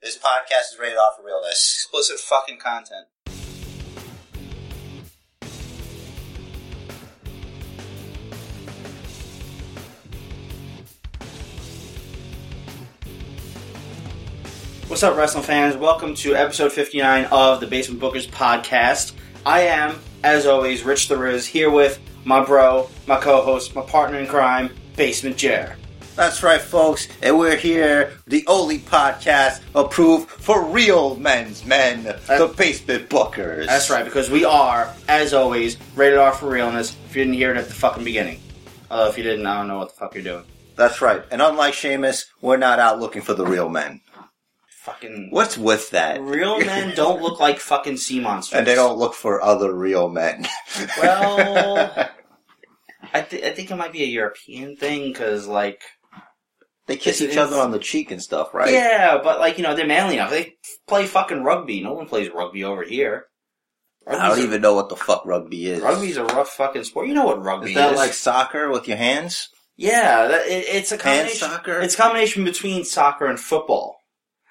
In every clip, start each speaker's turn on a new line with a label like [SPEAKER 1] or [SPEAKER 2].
[SPEAKER 1] This podcast is rated R for realness.
[SPEAKER 2] Explicit fucking content. What's up, wrestling fans? Welcome to episode 59 of the Basement Bookers podcast. I am, as always, Rich the Riz, here with my bro, my co host, my partner in crime, Basement Jer.
[SPEAKER 1] That's right, folks, and we're here, the only podcast approved for real men's men, the Basement Bookers.
[SPEAKER 2] That's right, because we are, as always, rated R for realness. If you didn't hear it at the fucking beginning, although if you didn't, I don't know what the fuck you're doing.
[SPEAKER 1] That's right. And unlike Seamus, we're not out looking for the real men.
[SPEAKER 2] Fucking
[SPEAKER 1] What's with that?
[SPEAKER 2] real men don't look like fucking sea monsters,
[SPEAKER 1] and they don't look for other real men.
[SPEAKER 2] Well, I, th- I think it might be a European thing because, like,
[SPEAKER 1] they kiss
[SPEAKER 2] it
[SPEAKER 1] each
[SPEAKER 2] is-
[SPEAKER 1] other on the cheek and stuff, right?
[SPEAKER 2] yeah, but like you know, they're manly enough. They play fucking rugby. No one plays rugby over here.
[SPEAKER 1] I don't
[SPEAKER 2] Rugby's
[SPEAKER 1] even know what the fuck rugby
[SPEAKER 2] A,
[SPEAKER 1] is.
[SPEAKER 2] rugby's a rough fucking sport. You know what
[SPEAKER 1] is
[SPEAKER 2] rugby is?
[SPEAKER 1] that like soccer with your hands?
[SPEAKER 2] yeah, that, it, it's a
[SPEAKER 1] Hand
[SPEAKER 2] combination.
[SPEAKER 1] soccer?
[SPEAKER 2] It's a combination between soccer and football.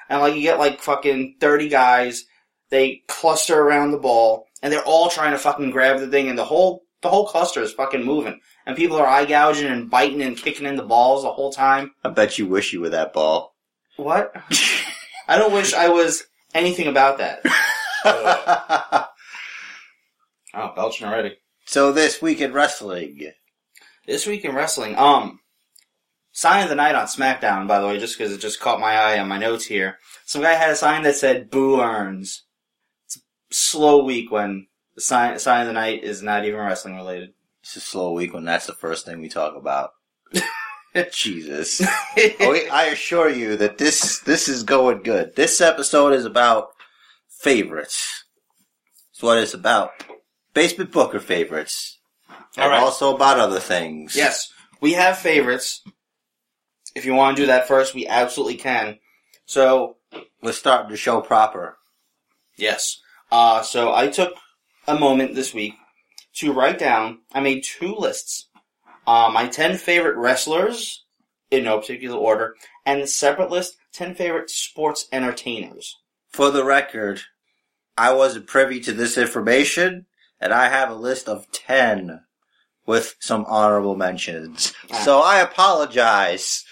[SPEAKER 2] And like you get like fucking 30 guys, they cluster around the ball and they're all trying to fucking grab the thing and the whole the whole cluster is fucking moving. And people are eye gouging and biting and kicking in the balls the whole time.
[SPEAKER 1] I bet you wish you were that ball.
[SPEAKER 2] What? I don't wish I was anything about that. Oh, belching already.
[SPEAKER 1] so this week in wrestling,
[SPEAKER 2] This week in wrestling, um, sign of the night on SmackDown, by the way, just because it just caught my eye on my notes here. Some guy had a sign that said "Boo Earns." It's a slow week when the sign sign of the night is not even wrestling related.
[SPEAKER 1] it's a slow week when that's the first thing we talk about. Jesus. Oh,
[SPEAKER 2] oh,
[SPEAKER 1] wait, I assure you that this this is going good. This episode is about favorites. It's what it's about. Basement Booker favorites.
[SPEAKER 2] All
[SPEAKER 1] and
[SPEAKER 2] right.
[SPEAKER 1] also about other things.
[SPEAKER 2] yes, we have favorites. If you want to do that first, we absolutely can. So
[SPEAKER 1] We're starting the show proper.
[SPEAKER 2] yes, uh, so I took a moment this week to write down. I made two lists. Uh, my 10 favorite wrestlers, in no particular order, and a separate list, 10 favorite sports entertainers.
[SPEAKER 1] For the record, I wasn't privy to this information, and I have a list of ten with some honorable mentions.
[SPEAKER 2] Ah.
[SPEAKER 1] So I apologize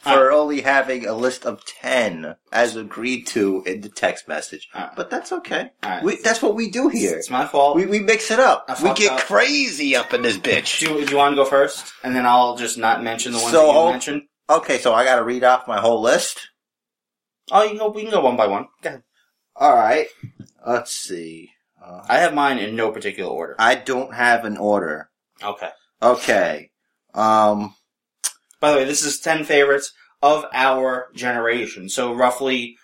[SPEAKER 1] for only having a list of ten as agreed to in the text message.
[SPEAKER 2] Ah.
[SPEAKER 1] But that's okay.
[SPEAKER 2] Alright.
[SPEAKER 1] We, that's what we do here.
[SPEAKER 2] It's my fault.
[SPEAKER 1] We, we mix it up.
[SPEAKER 2] I
[SPEAKER 1] We
[SPEAKER 2] fucked
[SPEAKER 1] get
[SPEAKER 2] up.
[SPEAKER 1] crazy up in this
[SPEAKER 2] do,
[SPEAKER 1] bitch.
[SPEAKER 2] you- do you want to go first? And then I'll just not mention the ones
[SPEAKER 1] So-
[SPEAKER 2] that you mentioned.
[SPEAKER 1] Okay, so I gotta read off my whole list.
[SPEAKER 2] Oh, you can go, we can go one by one. Go ahead.
[SPEAKER 1] Alright. Let's see. Uh,
[SPEAKER 2] I have mine in no particular order.
[SPEAKER 1] I don't have an order.
[SPEAKER 2] Okay.
[SPEAKER 1] Okay. Um,
[SPEAKER 2] By the way, this is 10 favorites of our generation. So roughly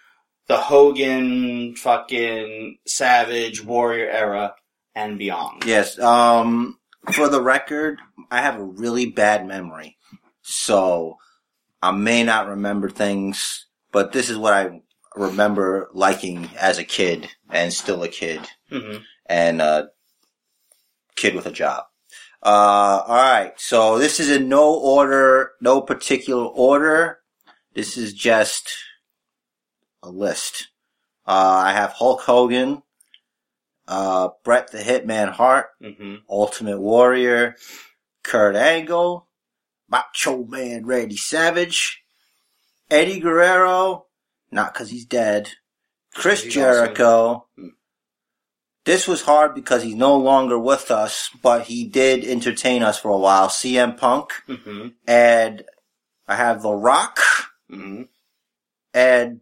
[SPEAKER 2] the Hogan, fucking Savage, Warrior era, and beyond.
[SPEAKER 1] yes. Um, for the record, I have a really bad memory. So I may not remember things, but this is what I remember liking as a kid and still a kid
[SPEAKER 2] hmm
[SPEAKER 1] and a kid with a job. Uh, alright. So this is in no order, no particular order. This is just a list. Uh, I have Hulk Hogan, uh, Brett the Hitman Hart,
[SPEAKER 2] hmm
[SPEAKER 1] Ultimate Warrior, Kurt Angle, Macho Man Randy Savage, Eddie Guerrero, not because he's dead, Chris
[SPEAKER 2] He's
[SPEAKER 1] Jericho.
[SPEAKER 2] Hmm.
[SPEAKER 1] This was hard because he's no longer with us, but he did entertain us for a while. CM Punk,
[SPEAKER 2] hmm
[SPEAKER 1] and I have The Rock,
[SPEAKER 2] hmm
[SPEAKER 1] and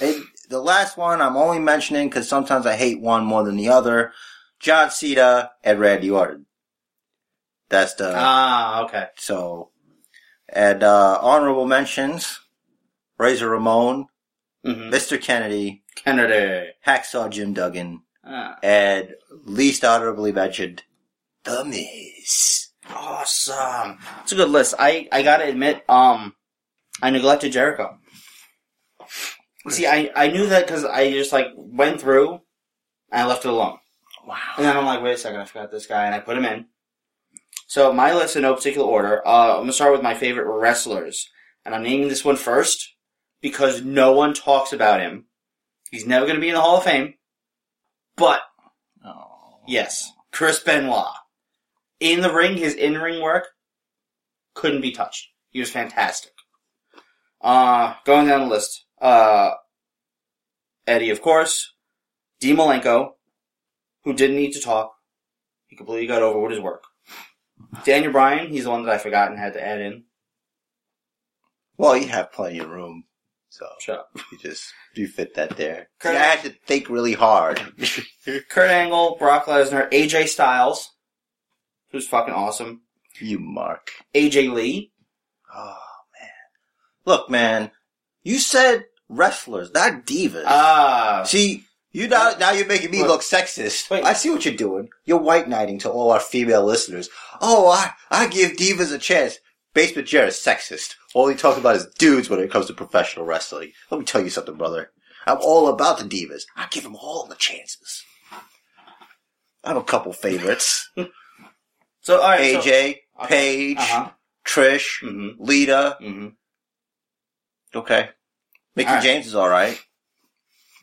[SPEAKER 1] it, the last one I'm only mentioning because sometimes I hate one more than the other. John Cena and Randy Orton. That's the
[SPEAKER 2] Ah, okay.
[SPEAKER 1] so. And uh, honorable mentions: Razor Ramon,
[SPEAKER 2] hmm
[SPEAKER 1] Mr. Kennedy,
[SPEAKER 2] Kennedy.
[SPEAKER 1] Hacksaw Jim Duggan,
[SPEAKER 2] Ah.
[SPEAKER 1] and least honorably mentioned, The Miz.
[SPEAKER 2] Awesome. It's a good list. I, I gotta admit, um, I neglected Jericho. See, I, I knew that because I just like went through and I left it alone.
[SPEAKER 1] Wow.
[SPEAKER 2] And then I'm like, wait a second, I forgot this guy, and I put him in. So my list in no particular order. Uh, I'm gonna start with my favorite wrestlers, and I'm naming this one first because no one talks about him. He's never going to be in the Hall of Fame. But
[SPEAKER 3] Oh.
[SPEAKER 2] yes, Chris Benoit in the ring, his in ring work couldn't be touched. He was fantastic. Uh, going down the list, uh, Eddie, of course, D. Malenko, who didn't need to talk. He completely got over with his work. Daniel Bryan, he's the one that I forgot and had to add in.
[SPEAKER 1] Well, you have plenty of room, so
[SPEAKER 2] Shut up.
[SPEAKER 1] you just you fit that there. See,
[SPEAKER 2] Correct.
[SPEAKER 1] I had to think really hard.
[SPEAKER 2] Kurt Angle, Brock Lesnar, AJ Styles, who's fucking awesome.
[SPEAKER 1] you mark.
[SPEAKER 2] AJ Lee.
[SPEAKER 1] Oh man, look, man, you said wrestlers, not divas.
[SPEAKER 2] Ah,
[SPEAKER 1] see, you now now you're making me
[SPEAKER 2] Look.
[SPEAKER 1] look sexist.
[SPEAKER 2] Wait.
[SPEAKER 1] I see what you're doing. You're white knighting to all our female listeners. Oh, I I give divas a chance. Basement Jared is sexist. All he talks about is dudes when it comes to professional wrestling. Let me tell you something, brother. I'm all about the divas. I give them all the chances. I have a couple favorites.
[SPEAKER 2] so all right, so-
[SPEAKER 1] AJ,
[SPEAKER 2] Okay.
[SPEAKER 1] Paige,
[SPEAKER 2] uh-huh.
[SPEAKER 1] Trish,
[SPEAKER 2] hmm
[SPEAKER 1] Lita.
[SPEAKER 2] hmm
[SPEAKER 1] Okay. Mickey
[SPEAKER 2] All right.
[SPEAKER 1] James is alright.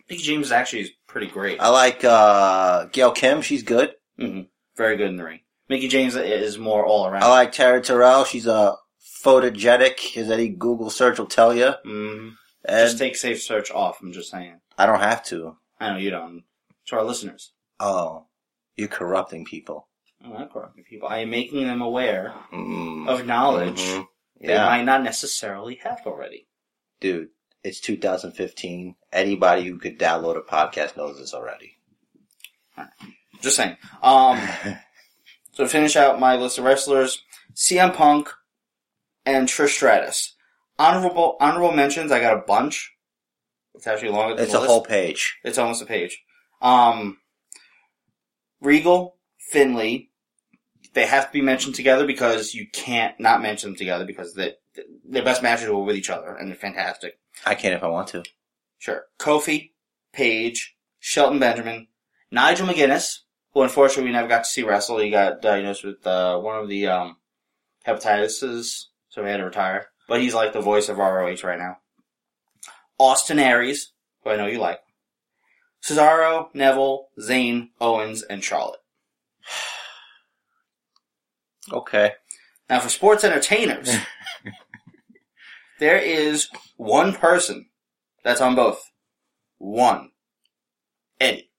[SPEAKER 2] Mickey James is actually is pretty great.
[SPEAKER 1] I like uh Gail Kim, she's good.
[SPEAKER 2] hmm Very good in the ring. Mickey James is more all around.
[SPEAKER 1] Mm-hmm. I like Tara Terrell, she's a photogenic, as any Google search will tell you.
[SPEAKER 2] hmm Just
[SPEAKER 1] And
[SPEAKER 2] take safe search off. I'm just saying.
[SPEAKER 1] I don't have to.
[SPEAKER 2] I know you don't. To our listeners,
[SPEAKER 1] Oh, you're corrupting people.
[SPEAKER 2] I'm not corrupting people. I am making them aware
[SPEAKER 1] Mm.
[SPEAKER 2] of knowledge
[SPEAKER 1] Mhm.
[SPEAKER 2] they
[SPEAKER 1] Yeah,
[SPEAKER 2] might not necessarily have already.
[SPEAKER 1] dude, it's 2015. Anybody who could download a podcast knows this already.
[SPEAKER 2] Just saying. Um, so to finish out my list of wrestlers, CM Punk and Trish Stratus. Honorable honorable mentions. I got a bunch. It's actually longer than
[SPEAKER 1] it's
[SPEAKER 2] the
[SPEAKER 1] a
[SPEAKER 2] list.
[SPEAKER 1] whole page.
[SPEAKER 2] It's almost a page. Um, Regal, Finley, they have to be mentioned together because you can't not mention them together because they, their best matches were with each other and they're fantastic.
[SPEAKER 1] I can if I want to.
[SPEAKER 2] Sure. Kofi, Paige, Shelton Benjamin, Nigel McGuinness, who unfortunately we never got to see wrestle. He got diagnosed with uh, one of the um, hepatitises, so he had to retire. But he's like the voice of ROH right now. Austin Aries, who I know you like. Cesaro, Neville, Zayn, Owens, and Charlotte.
[SPEAKER 1] Okay.
[SPEAKER 2] Now for sports entertainers, there is one person that's on both. One. Eddie.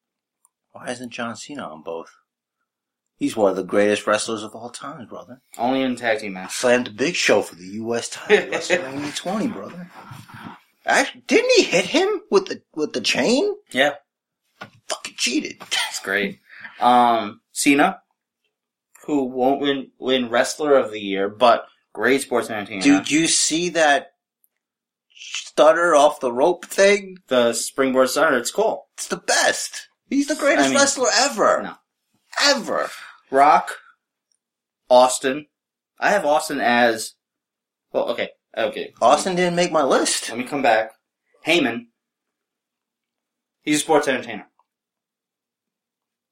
[SPEAKER 1] Why isn't John Cena on both? He's one of the greatest wrestlers of all time, brother.
[SPEAKER 2] Only in tag team match.
[SPEAKER 1] slammed the big show for the U.S. title at WrestleMania 20, brother. Act- didn't he hit him with the with the chain?
[SPEAKER 2] Yeah.
[SPEAKER 1] Fucking cheated.
[SPEAKER 2] It's great. Um, Cena, who won't win, win wrestler of the year, but great sports entertainer.
[SPEAKER 1] Did you see that stutter off the rope thing?
[SPEAKER 2] The springboard stunner, it's cool.
[SPEAKER 1] It's the best. He's the greatest
[SPEAKER 2] I mean,
[SPEAKER 1] wrestler ever.
[SPEAKER 2] no.
[SPEAKER 1] Ever.
[SPEAKER 2] Rock, Austin. I have Austin as, well, okay, okay.
[SPEAKER 1] Austin didn't make my list.
[SPEAKER 2] Let me come back. Heyman. He's a sports entertainer.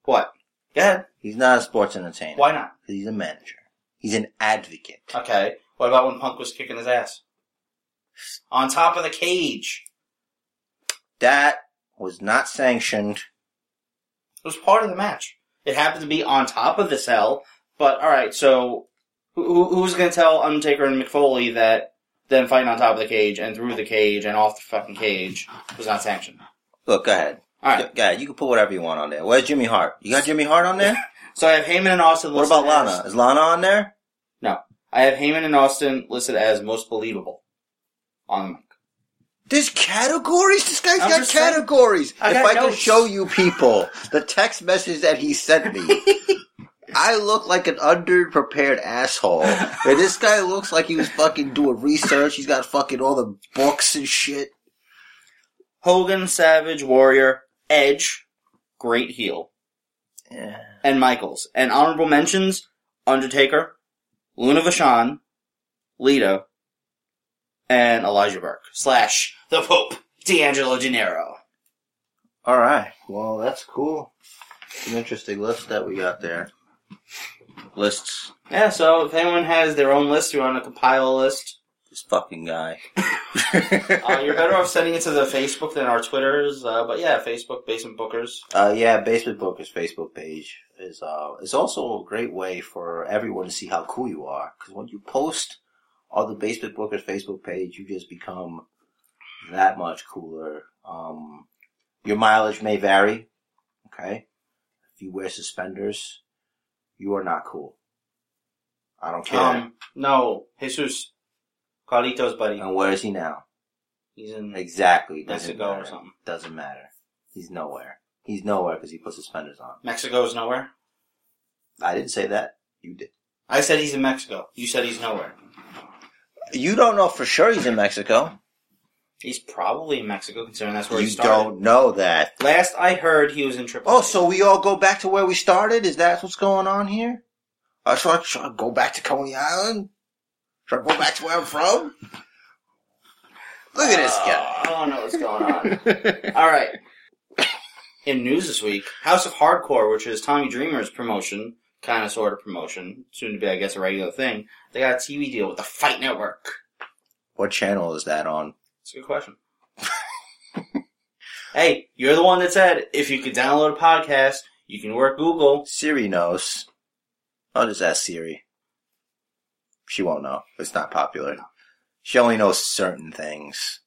[SPEAKER 2] What? Go ahead.
[SPEAKER 1] He's not a sports entertainer.
[SPEAKER 2] Why not?
[SPEAKER 1] 'Cause He's a manager. He's an advocate.
[SPEAKER 2] Okay. What about when Punk was kicking his ass? On top of the cage.
[SPEAKER 1] That was not sanctioned.
[SPEAKER 2] It was part of the match. It happened to be on top of the cell, but alright, so who- who, who's gonna tell Undertaker and McFoley that them fighting on top of the cage and through the cage and off the fucking cage was not sanctioned?
[SPEAKER 1] Look, go ahead. Go,
[SPEAKER 2] Alright,
[SPEAKER 1] go ahead. You can put whatever you want on there. Where's Jimmy Hart? You got Jimmy Hart on there?
[SPEAKER 2] so I have Heyman and Austin
[SPEAKER 1] What
[SPEAKER 2] listed
[SPEAKER 1] about
[SPEAKER 2] as-
[SPEAKER 1] Lana? Is Lana on there?
[SPEAKER 2] I have Heyman and Austin listed as most believable on the mic.
[SPEAKER 1] There's categories. This guy's
[SPEAKER 2] I'm
[SPEAKER 1] got
[SPEAKER 2] just saying-
[SPEAKER 1] categories.
[SPEAKER 2] I
[SPEAKER 1] if
[SPEAKER 2] got
[SPEAKER 1] I could
[SPEAKER 2] notes.
[SPEAKER 1] show you people the text message that he sent me, I look like an underprepared asshole, and this guy looks like he was fucking doing research. He's got fucking all the books and shit.
[SPEAKER 2] Hogan, Savage, Warrior, Edge, Great Heel,
[SPEAKER 1] Yeah.
[SPEAKER 2] and Michaels. And honorable mentions, Undertaker, Luna Vachon, Lita, and Elijah Burke. Slash the Pope, D'Angelo Gennaro.
[SPEAKER 1] All right. Well, that's cool. It's an interesting list that we got there. Lists.
[SPEAKER 2] Yeah, so if anyone has their own list, you want to compile a list,
[SPEAKER 1] This fucking guy.
[SPEAKER 2] Uh, you're better off sending it to the Facebook than our Twitters. Uh, but yeah, Facebook, Basement Bookers.
[SPEAKER 1] Uh, yeah, Basement Bookers Facebook page is uh is also a great way for everyone to see how cool you are. Because when you post on the Basement Bookers Facebook page, you just become that much cooler. Um, your mileage may vary. Okay, if you wear suspenders, you are not cool. I don't care.
[SPEAKER 2] Um, no, Jesus, Carlito's buddy.
[SPEAKER 1] and where is he now?
[SPEAKER 2] He's in
[SPEAKER 1] Exactly. Doesn't
[SPEAKER 2] Mexico or
[SPEAKER 1] matter.
[SPEAKER 2] something.
[SPEAKER 1] Doesn't matter. He's nowhere. He's nowhere because he put suspenders on.
[SPEAKER 2] Mexico's nowhere.
[SPEAKER 1] I didn't say that. You did.
[SPEAKER 2] I said he's in Mexico. You said he's nowhere.
[SPEAKER 1] You don't know for sure he's in Mexico.
[SPEAKER 2] He's probably in Mexico, considering that's where
[SPEAKER 1] You
[SPEAKER 2] he started.
[SPEAKER 1] don't know that.
[SPEAKER 2] Last I heard, he was in Triple.
[SPEAKER 1] Oh, so we all go back to where we started? Is that what's going on here? Uh, should, I, should I go back to Coney Island? Should I go back to where I'm from? Look at this guy.
[SPEAKER 2] Oh, I don't know what's going on.
[SPEAKER 1] All
[SPEAKER 2] All right. In news this week, House of Hardcore, which is Tommy Dreamer's promotion, kind of sort of promotion, soon to be, I guess, a regular thing, they got a TV deal with the Fight Network.
[SPEAKER 1] What channel is that on?
[SPEAKER 2] It's a good question. hey, you're the one that said if you could download a podcast, you can work Google.
[SPEAKER 1] Siri knows. I'll just ask Siri. She won't know. It's not popular. She only knows certain things.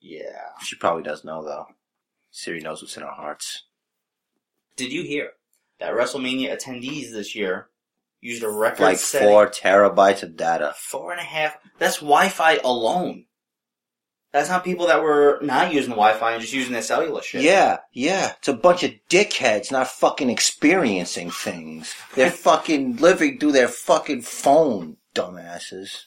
[SPEAKER 2] Yeah.
[SPEAKER 1] She probably does know though. Siri knows what's in our hearts.
[SPEAKER 2] Did you hear that WrestleMania attendees this year used a record
[SPEAKER 1] Like
[SPEAKER 2] setting-
[SPEAKER 1] four terabytes of data.
[SPEAKER 2] four and a half? That's Wi-Fi alone. That's not people that were not using the Wi-Fi and just using their cellular shit.
[SPEAKER 1] Yeah, yeah. It's a bunch of dickheads not fucking experiencing things. They're fucking living through their fucking phone, dumbasses.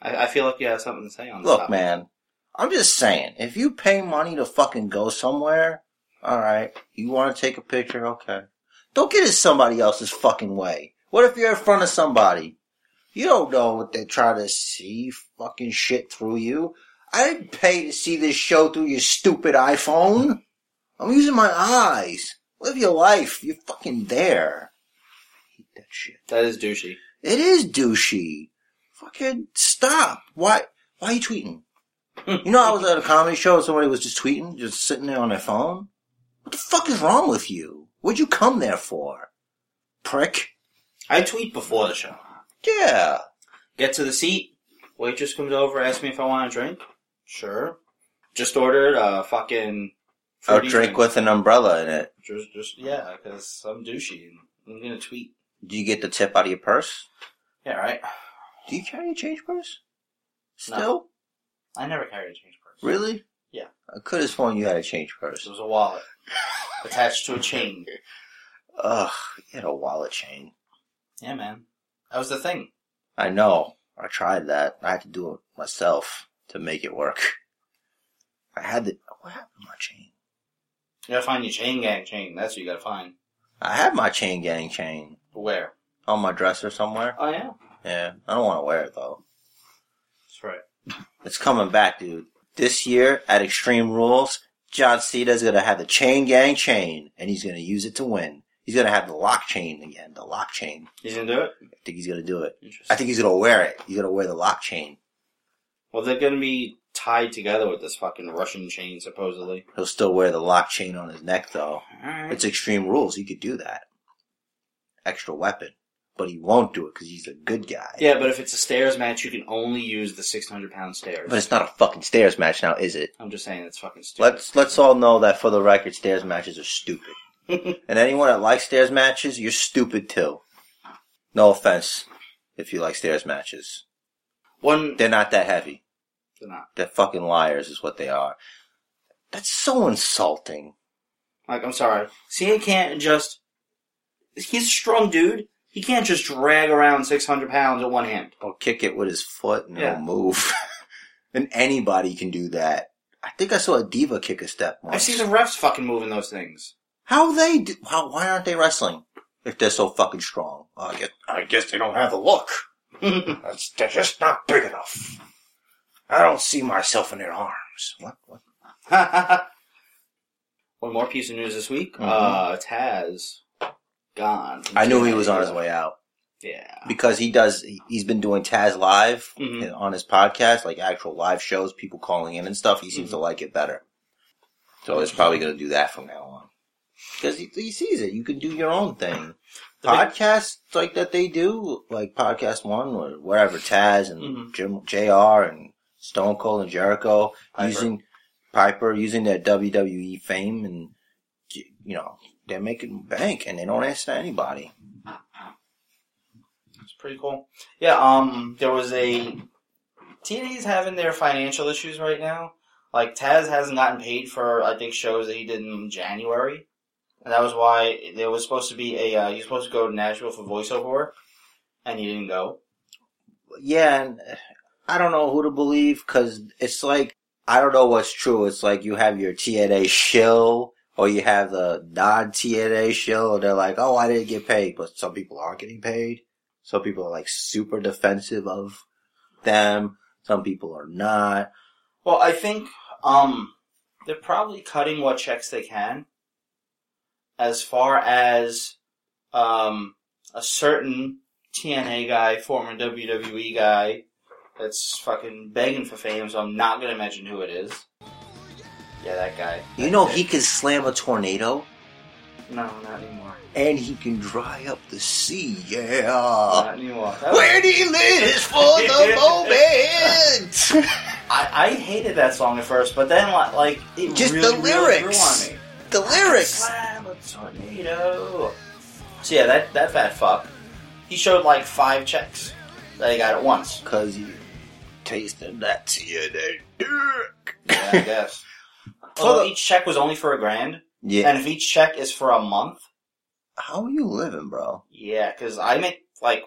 [SPEAKER 2] I, I feel like you have something to say on this.
[SPEAKER 1] Look,
[SPEAKER 2] topic.
[SPEAKER 1] man, I'm just saying, if you pay money to fucking go somewhere, alright, you want to take a picture, okay. Don't get in somebody else's fucking way. What if you're in front of somebody? You don't know what they're trying to see fucking shit through you. I didn't pay to see this show through your stupid iPhone. I'm using my eyes. Live your life. You're fucking there. hate that shit.
[SPEAKER 2] That is douchey.
[SPEAKER 1] It is douchey. Fucking stop. Why? Why are you tweeting? You know, I was at a comedy show and somebody was just tweeting, just sitting there on their phone. What the fuck is wrong with you? What'd you come there for? Prick.
[SPEAKER 2] I tweet before the show.
[SPEAKER 1] Yeah.
[SPEAKER 2] Get to the seat. Waitress comes over, asks me if I want a drink. Sure. Just ordered a fucking
[SPEAKER 1] A
[SPEAKER 2] fruity
[SPEAKER 1] drink with an umbrella in it.
[SPEAKER 2] Just, just yeah, because I'm douchey and I'm gonna tweet.
[SPEAKER 1] Do you get the tip out of your purse?
[SPEAKER 2] Yeah, right.
[SPEAKER 1] Do you carry a change purse?
[SPEAKER 2] No.
[SPEAKER 1] Still?
[SPEAKER 2] I never carried a change purse.
[SPEAKER 1] Really?
[SPEAKER 2] Yeah.
[SPEAKER 1] I could have sworn you had a change
[SPEAKER 2] It
[SPEAKER 1] purse.
[SPEAKER 2] was a wallet attached to a chain.
[SPEAKER 1] Ugh, you had a wallet chain.
[SPEAKER 2] Yeah, man. That was the thing.
[SPEAKER 1] I know. I tried that. I had to do it myself to make it work. I had the what happened to my chain?
[SPEAKER 2] You gotta find your chain gang chain. That's what you gotta find.
[SPEAKER 1] I had my chain gang chain
[SPEAKER 2] But Where?
[SPEAKER 1] on my dresser somewhere.
[SPEAKER 2] Oh yeah.
[SPEAKER 1] Yeah, I don't want to wear it though.
[SPEAKER 2] That's right.
[SPEAKER 1] It's coming back, dude. This year at Extreme Rules, John Cena's gonna have the chain gang chain, and he's gonna use it to win. He's gonna have the lock chain again, the lock chain.
[SPEAKER 2] He's gonna do it.
[SPEAKER 1] I think he's gonna do it.
[SPEAKER 2] Interesting.
[SPEAKER 1] I think he's gonna wear it. He's gonna wear the lock chain.
[SPEAKER 2] Well, they're gonna be tied together with this fucking Russian chain, supposedly.
[SPEAKER 1] He'll still wear the lock chain on his neck though.
[SPEAKER 2] Alright.
[SPEAKER 1] It's extreme rules. He could do that. Extra weapon. But he won't do it because he's a good guy.
[SPEAKER 2] Yeah, but if it's a stairs match, you can only use the 600 pound stairs.
[SPEAKER 1] But it's not a fucking stairs match now, is it?
[SPEAKER 2] I'm just saying, it's fucking stupid.
[SPEAKER 1] Let's let's all know that for the record, stairs matches are stupid. and anyone that likes stairs matches, you're stupid too. No offense if you like stairs matches.
[SPEAKER 2] One.
[SPEAKER 1] They're not that heavy.
[SPEAKER 2] They're not.
[SPEAKER 1] They're fucking liars is what they are. That's so insulting.
[SPEAKER 2] Like, I'm sorry. Cena can't just. He's a strong dude. He can't just drag around 600 pounds at one hand.
[SPEAKER 1] or kick it with his foot and
[SPEAKER 2] Yeah.
[SPEAKER 1] he'll move. and anybody can do that. I think I saw a diva kick a step once.
[SPEAKER 2] I've seen the refs fucking moving those things.
[SPEAKER 1] How they do, how, why aren't they wrestling if they're so fucking strong? I guess, I guess they don't have the look.
[SPEAKER 2] That's
[SPEAKER 1] That's, they're just not big enough. I don't see myself in their arms. What? what?
[SPEAKER 2] One more piece
[SPEAKER 1] Mm-hmm.
[SPEAKER 2] of news this week.
[SPEAKER 1] Mhm.
[SPEAKER 2] Uh, Taz gone.
[SPEAKER 1] I knew he was on his way out.
[SPEAKER 2] Yeah.
[SPEAKER 1] because he does. he- He's been doing Taz live
[SPEAKER 2] Mhm.
[SPEAKER 1] on his podcast, like actual live shows, people calling in and stuff. He seems to
[SPEAKER 2] Mm-hmm.
[SPEAKER 1] like it better. So it's probably going to do that from now on because he, he sees it. You can do your own thing.
[SPEAKER 2] The big-
[SPEAKER 1] Podcasts like that they do, like Podcast One or whatever, Taz and
[SPEAKER 2] Mhm.
[SPEAKER 1] Jim, JR and Stone Cold and Jericho
[SPEAKER 2] Piper.
[SPEAKER 1] using Piper using their WWE fame and you know they're making bank and they don't answer to anybody.
[SPEAKER 2] It's pretty cool. Yeah, um, there was a TNA's having their financial issues right now. Like Taz hasn't gotten paid for I think shows that he did in January, and that was why there was supposed to be a uh, he was supposed to go to Nashville for voiceover work, and he didn't go.
[SPEAKER 1] yeah, and uh, I don't know who to believe because it's like I don't know what's true. It's like you have your TNA shill or you have the non TNA shill, and they're like, "Oh, I didn't get paid," but some people are getting paid. Some people are like super defensive of them. Some people are not.
[SPEAKER 2] Well, I think um, they're probably cutting what checks they can. As far as um, a certain TNA guy, former WWE guy, that's fucking begging for fame, so I'm not gonna mention who it is. Yeah, that guy.
[SPEAKER 1] You know, he can slam a tornado
[SPEAKER 2] No, not anymore.
[SPEAKER 1] and he can dry up the sea.
[SPEAKER 2] Not
[SPEAKER 1] Yeah.
[SPEAKER 2] anymore. That
[SPEAKER 1] Uh,
[SPEAKER 2] was-
[SPEAKER 1] Where he lives for the moment.
[SPEAKER 2] I, I hated that song at first, but then like, like it
[SPEAKER 1] Just
[SPEAKER 2] really,
[SPEAKER 1] the
[SPEAKER 2] really grew
[SPEAKER 1] lyrics.
[SPEAKER 2] on me.
[SPEAKER 1] The lyrics.
[SPEAKER 2] Slam a tornado. So yeah, that that fat fuck. He showed like five checks that he got at once.
[SPEAKER 1] Cause you tasted that TNA dick.
[SPEAKER 2] Yeah, I guess.
[SPEAKER 1] For
[SPEAKER 2] Although
[SPEAKER 1] the-
[SPEAKER 2] each check was only for a grand,
[SPEAKER 1] Yeah.
[SPEAKER 2] and if each check is for a month,
[SPEAKER 1] How are you living, bro?
[SPEAKER 2] yeah, because I make like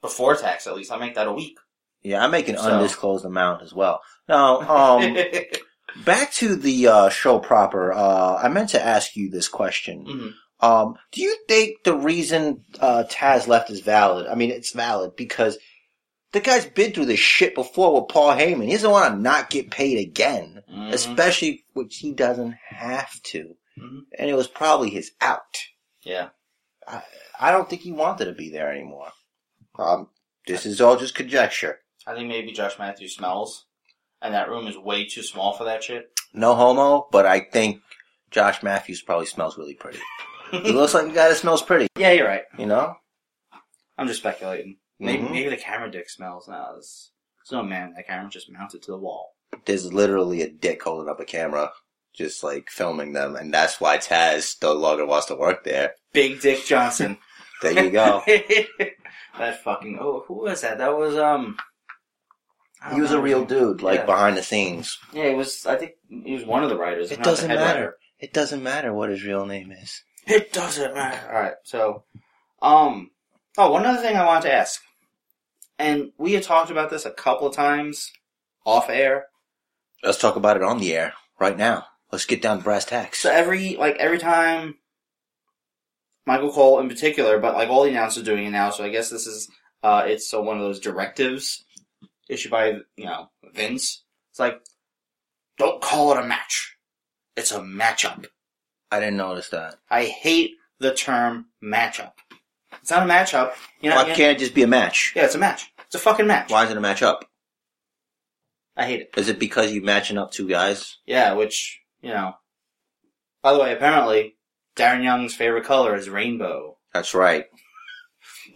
[SPEAKER 2] before tax at least I make that a week.
[SPEAKER 1] Yeah, I make an
[SPEAKER 2] So-
[SPEAKER 1] undisclosed amount as well. Now, um,
[SPEAKER 2] Mm-hmm.
[SPEAKER 1] back to the uh, show proper. Uh, I meant to ask you this question.
[SPEAKER 2] Mhm.
[SPEAKER 1] Um, do you think the reason uh, Taz left is valid? I mean, it's valid because the guy's been through this shit before with Paul Heyman. He doesn't want to not get paid again,
[SPEAKER 2] Mhm.
[SPEAKER 1] especially which he doesn't have to.
[SPEAKER 2] Mhm.
[SPEAKER 1] And it was probably his out.
[SPEAKER 2] yeah,
[SPEAKER 1] I don't think he wanted to be there anymore. Um, this is all just conjecture.
[SPEAKER 2] I think maybe Josh Matthews smells, and that room is way too small for that shit.
[SPEAKER 1] No homo, but I think Josh Matthews probably smells really pretty. he looks like a guy that smells pretty,
[SPEAKER 2] Yeah, you're right.
[SPEAKER 1] you know?
[SPEAKER 2] I'm just speculating. Maybe,
[SPEAKER 1] Mhm.
[SPEAKER 2] maybe the camera dick smells now. There's, there's no man. That camera just mounted to the wall.
[SPEAKER 1] There's literally a dick holding up a camera, just like filming them, and that's why Taz no longer wants to work there.
[SPEAKER 2] Big Dick Johnson. Oh.
[SPEAKER 1] There you go.
[SPEAKER 2] that fucking. Oh, who was that? That was um. I don't
[SPEAKER 1] he was
[SPEAKER 2] know.
[SPEAKER 1] a real dude, like
[SPEAKER 2] Yeah.
[SPEAKER 1] behind the scenes.
[SPEAKER 2] Yeah, it was. I think he was one of the writers.
[SPEAKER 1] It
[SPEAKER 2] if not the
[SPEAKER 1] doesn't
[SPEAKER 2] head
[SPEAKER 1] matter.
[SPEAKER 2] writer.
[SPEAKER 1] It doesn't matter what his real name is.
[SPEAKER 2] It doesn't matter. All right. So, um. Oh, one other thing I wanted to ask, and we had talked about this a couple of times off air.
[SPEAKER 1] Let's talk about it on the air right now. Let's get down to brass tacks.
[SPEAKER 2] So every like every time Michael Cole in particular, but like all the announcers are doing it now, so I guess this is uh it's uh, one of those directives issued by you know Vince. It's like don't call it a match. It's a matchup.
[SPEAKER 1] I didn't notice that.
[SPEAKER 2] I hate the term matchup. It's not a matchup. You know,
[SPEAKER 1] Why
[SPEAKER 2] you know-
[SPEAKER 1] can't it just be a match?
[SPEAKER 2] yeah, it's a match. It's a fucking match.
[SPEAKER 1] Why is it a match up?
[SPEAKER 2] I hate it.
[SPEAKER 1] Is it because you're matching up two guys?
[SPEAKER 2] Yeah, which, you know. By the way, apparently, Darren Young's favorite color is rainbow.
[SPEAKER 1] That's right.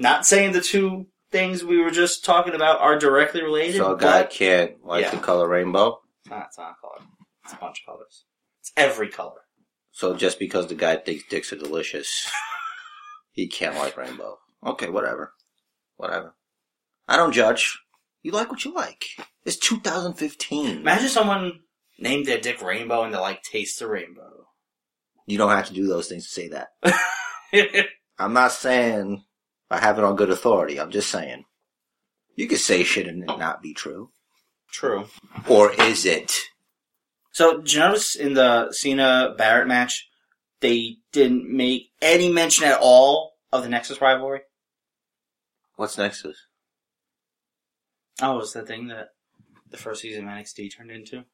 [SPEAKER 2] Not saying the two things we were just talking about are directly related.
[SPEAKER 1] So a guy
[SPEAKER 2] but
[SPEAKER 1] can't like
[SPEAKER 2] Yeah.
[SPEAKER 1] the color rainbow.
[SPEAKER 2] it's not, it's not a color. It's a bunch of colors. It's every color.
[SPEAKER 1] So just because the guy thinks dicks are delicious, he can't like rainbow. Okay, whatever. Whatever. I don't judge. You like what you like. It's 2015.
[SPEAKER 2] Imagine someone named their dick Rainbow and they like taste the rainbow.
[SPEAKER 1] You don't have to do those things to say that. I'm not saying I have it on good authority. I'm just saying. You could say shit and it not be true.
[SPEAKER 2] True.
[SPEAKER 1] Or is it?
[SPEAKER 2] So did you notice in the Cena Barrett match, they didn't make any mention at all of the Nexus rivalry?
[SPEAKER 1] What's next? to this?
[SPEAKER 2] Oh, it was the thing that the first season of NXT turned into?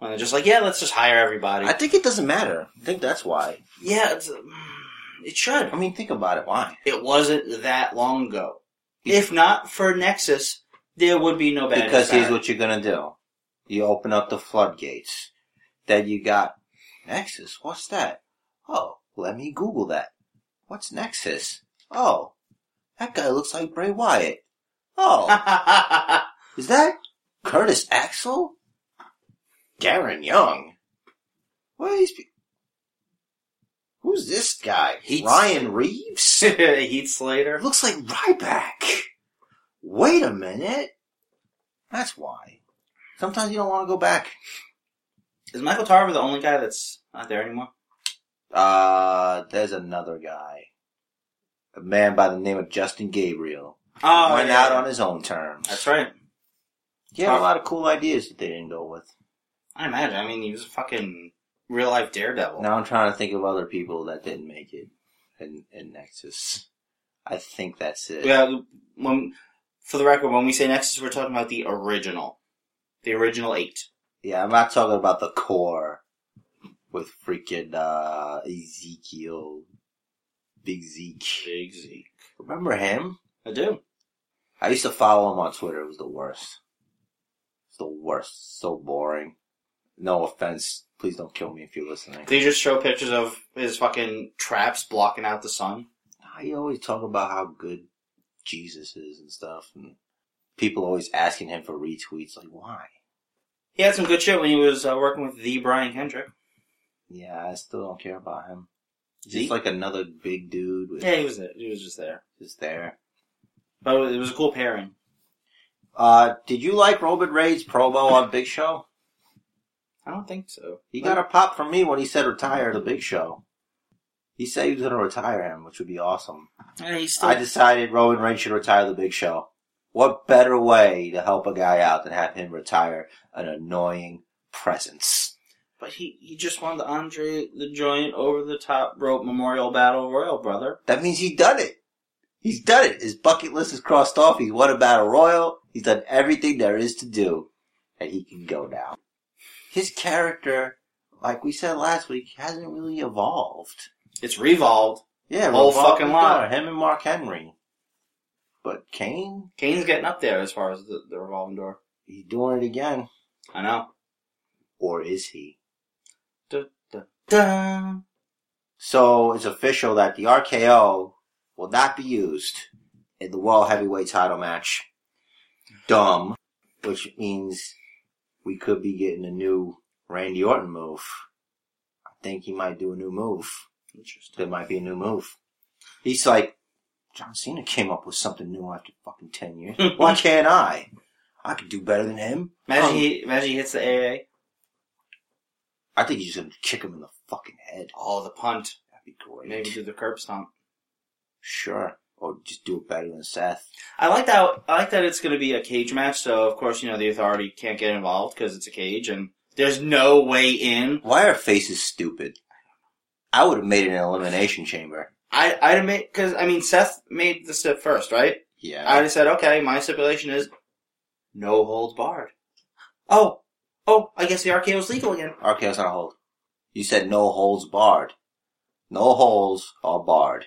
[SPEAKER 2] When they're just like, yeah, let's just hire everybody.
[SPEAKER 1] I think it doesn't matter. I think that's why.
[SPEAKER 2] Yeah, it's, mm, It should.
[SPEAKER 1] I mean, think about it. Why?
[SPEAKER 2] It wasn't that long ago. If not for Nexus, there would be no bad.
[SPEAKER 1] Because here's
[SPEAKER 2] Inspired.
[SPEAKER 1] what you're gonna do. You open up the floodgates. Then you got Nexus. What's that? Oh, let me Google that. What's Nexus? Oh, that guy looks like Bray Wyatt. Oh, is that Curtis Axel? Darren Young. What are these? Pe- Who's this guy?
[SPEAKER 2] He's-
[SPEAKER 1] Ryan Reeves.
[SPEAKER 2] Heath Slater.
[SPEAKER 1] It looks like Ryback. Wait a minute. That's why. Sometimes you don't want to go back.
[SPEAKER 2] Is Michael Tarver the only guy that's not there anymore?
[SPEAKER 1] Uh, there's another guy. A man by the name of Justin Gabriel.
[SPEAKER 2] Oh,
[SPEAKER 1] Went
[SPEAKER 2] yeah.
[SPEAKER 1] out on his own terms.
[SPEAKER 2] That's right.
[SPEAKER 1] He had a lot of cool ideas that they didn't go with.
[SPEAKER 2] I imagine. I mean, he was a fucking real life daredevil.
[SPEAKER 1] Now I'm trying to think of other people that didn't make it in, in Nexus. I think that's it.
[SPEAKER 2] Yeah. When, for the record, when we say Nexus, we're talking about the original, the original eight.
[SPEAKER 1] Yeah, I'm not talking about the core with freaking uh, Ezekiel, Big Zeke.
[SPEAKER 2] Big Z.
[SPEAKER 1] Remember him?
[SPEAKER 2] I do.
[SPEAKER 1] I used to follow him on Twitter. It was the worst. It's the worst. So boring. No offense. Please don't kill me if you're listening.
[SPEAKER 2] They just show pictures of his fucking traps blocking out the sun.
[SPEAKER 1] I always talk about how good Jesus is and stuff, and people always asking him for retweets. Like, why?
[SPEAKER 2] He had some good shit when he was uh, working with the Brian Kendrick.
[SPEAKER 1] Yeah, I still don't care about him.
[SPEAKER 2] Zeke?
[SPEAKER 1] He's like another big dude with
[SPEAKER 2] Yeah, he was there. He was just there.
[SPEAKER 1] just there.
[SPEAKER 2] But it was a cool pairing.
[SPEAKER 1] Uh, did you like Robert Ray's promo on Big Show?
[SPEAKER 2] I don't think so.
[SPEAKER 1] He got a pop from me when he said retire the Big Show. He said he was going to retire him, which would be awesome.
[SPEAKER 2] Yeah, he's still.
[SPEAKER 1] I decided Roman Reigns should retire the Big Show. What better way to help a guy out than have him retire an annoying presence?
[SPEAKER 2] but he, he just won the Andre the Giant over the top rope Memorial Battle Royal, brother.
[SPEAKER 1] That means he done it. He's done it. His bucket list is crossed off. He's won a battle royal. He's done everything there is to do, and he can go now. His character, like we said last week, hasn't really evolved.
[SPEAKER 2] It's revolved.
[SPEAKER 1] Yeah,
[SPEAKER 2] Whole
[SPEAKER 1] revolved
[SPEAKER 2] fucking
[SPEAKER 1] the
[SPEAKER 2] lot.
[SPEAKER 1] door, Him and Mark Henry. But Kane,
[SPEAKER 2] Kane's getting up there as far as the, the revolving door.
[SPEAKER 1] he's doing it again,
[SPEAKER 2] I know.
[SPEAKER 1] or is he?
[SPEAKER 2] Dun, dun, dun.
[SPEAKER 1] So it's official that the RKO will not be used in the World Heavyweight title match. Dumb. Which means we could be getting a new Randy Orton move. I think he might do a new move.
[SPEAKER 2] Interesting.
[SPEAKER 1] There might be a new move. He's like, John Cena came up with something new after fucking 10 years. Why can't I? I could do better than him.
[SPEAKER 2] Imagine
[SPEAKER 1] Um,
[SPEAKER 2] he, imagine he hits the AA.
[SPEAKER 1] I think he's just gonna kick him in the fucking head.
[SPEAKER 2] Oh, the punt.
[SPEAKER 1] That'd be great.
[SPEAKER 2] Maybe do the curb stomp.
[SPEAKER 1] Sure. Or just do it better than Seth.
[SPEAKER 2] I like that. I like that it's going to be a cage match. So of course, you know the authority can't get involved because it's a cage, and there's no way in.
[SPEAKER 1] Why are faces stupid? I would have made it an elimination chamber.
[SPEAKER 2] I I'd admit because I mean Seth made the step first, right?
[SPEAKER 1] Yeah.
[SPEAKER 2] I'd have said, okay, my stipulation is no holds barred. Oh, oh, I guess the RKO's legal again.
[SPEAKER 1] RKO's not a hold. You said no holds barred. No holds are barred.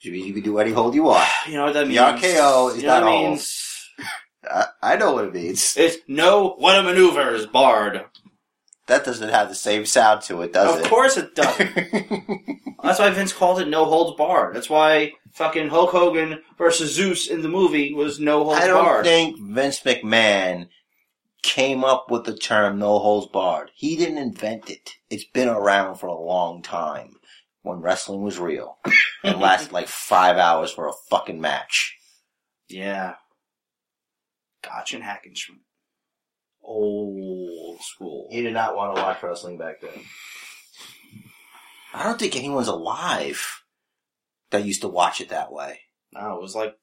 [SPEAKER 1] You mean you can do any hold you want.
[SPEAKER 2] You know what that
[SPEAKER 1] The
[SPEAKER 2] means?
[SPEAKER 1] RKO is
[SPEAKER 2] you know
[SPEAKER 1] not
[SPEAKER 2] what
[SPEAKER 1] a
[SPEAKER 2] that
[SPEAKER 1] hold.
[SPEAKER 2] means?
[SPEAKER 1] I, I know what it means.
[SPEAKER 2] It's no what a maneuver is barred.
[SPEAKER 1] That doesn't have the same sound to it, does
[SPEAKER 2] of
[SPEAKER 1] it?
[SPEAKER 2] course it doesn't. That's why Vince called it no holds barred. That's why fucking Hulk Hogan versus Zeus in the movie was no holds
[SPEAKER 1] I don't
[SPEAKER 2] barred.
[SPEAKER 1] think Vince McMahon came up with the term no holds barred. He didn't invent it. It's been around for a long time when wrestling was real and lasted like five hours for a fucking match.
[SPEAKER 2] Yeah. Gotch and Hackenschmidt. Old school.
[SPEAKER 1] He did not want to watch wrestling back then. I don't think anyone's alive that used to watch it that way.
[SPEAKER 2] No, it was like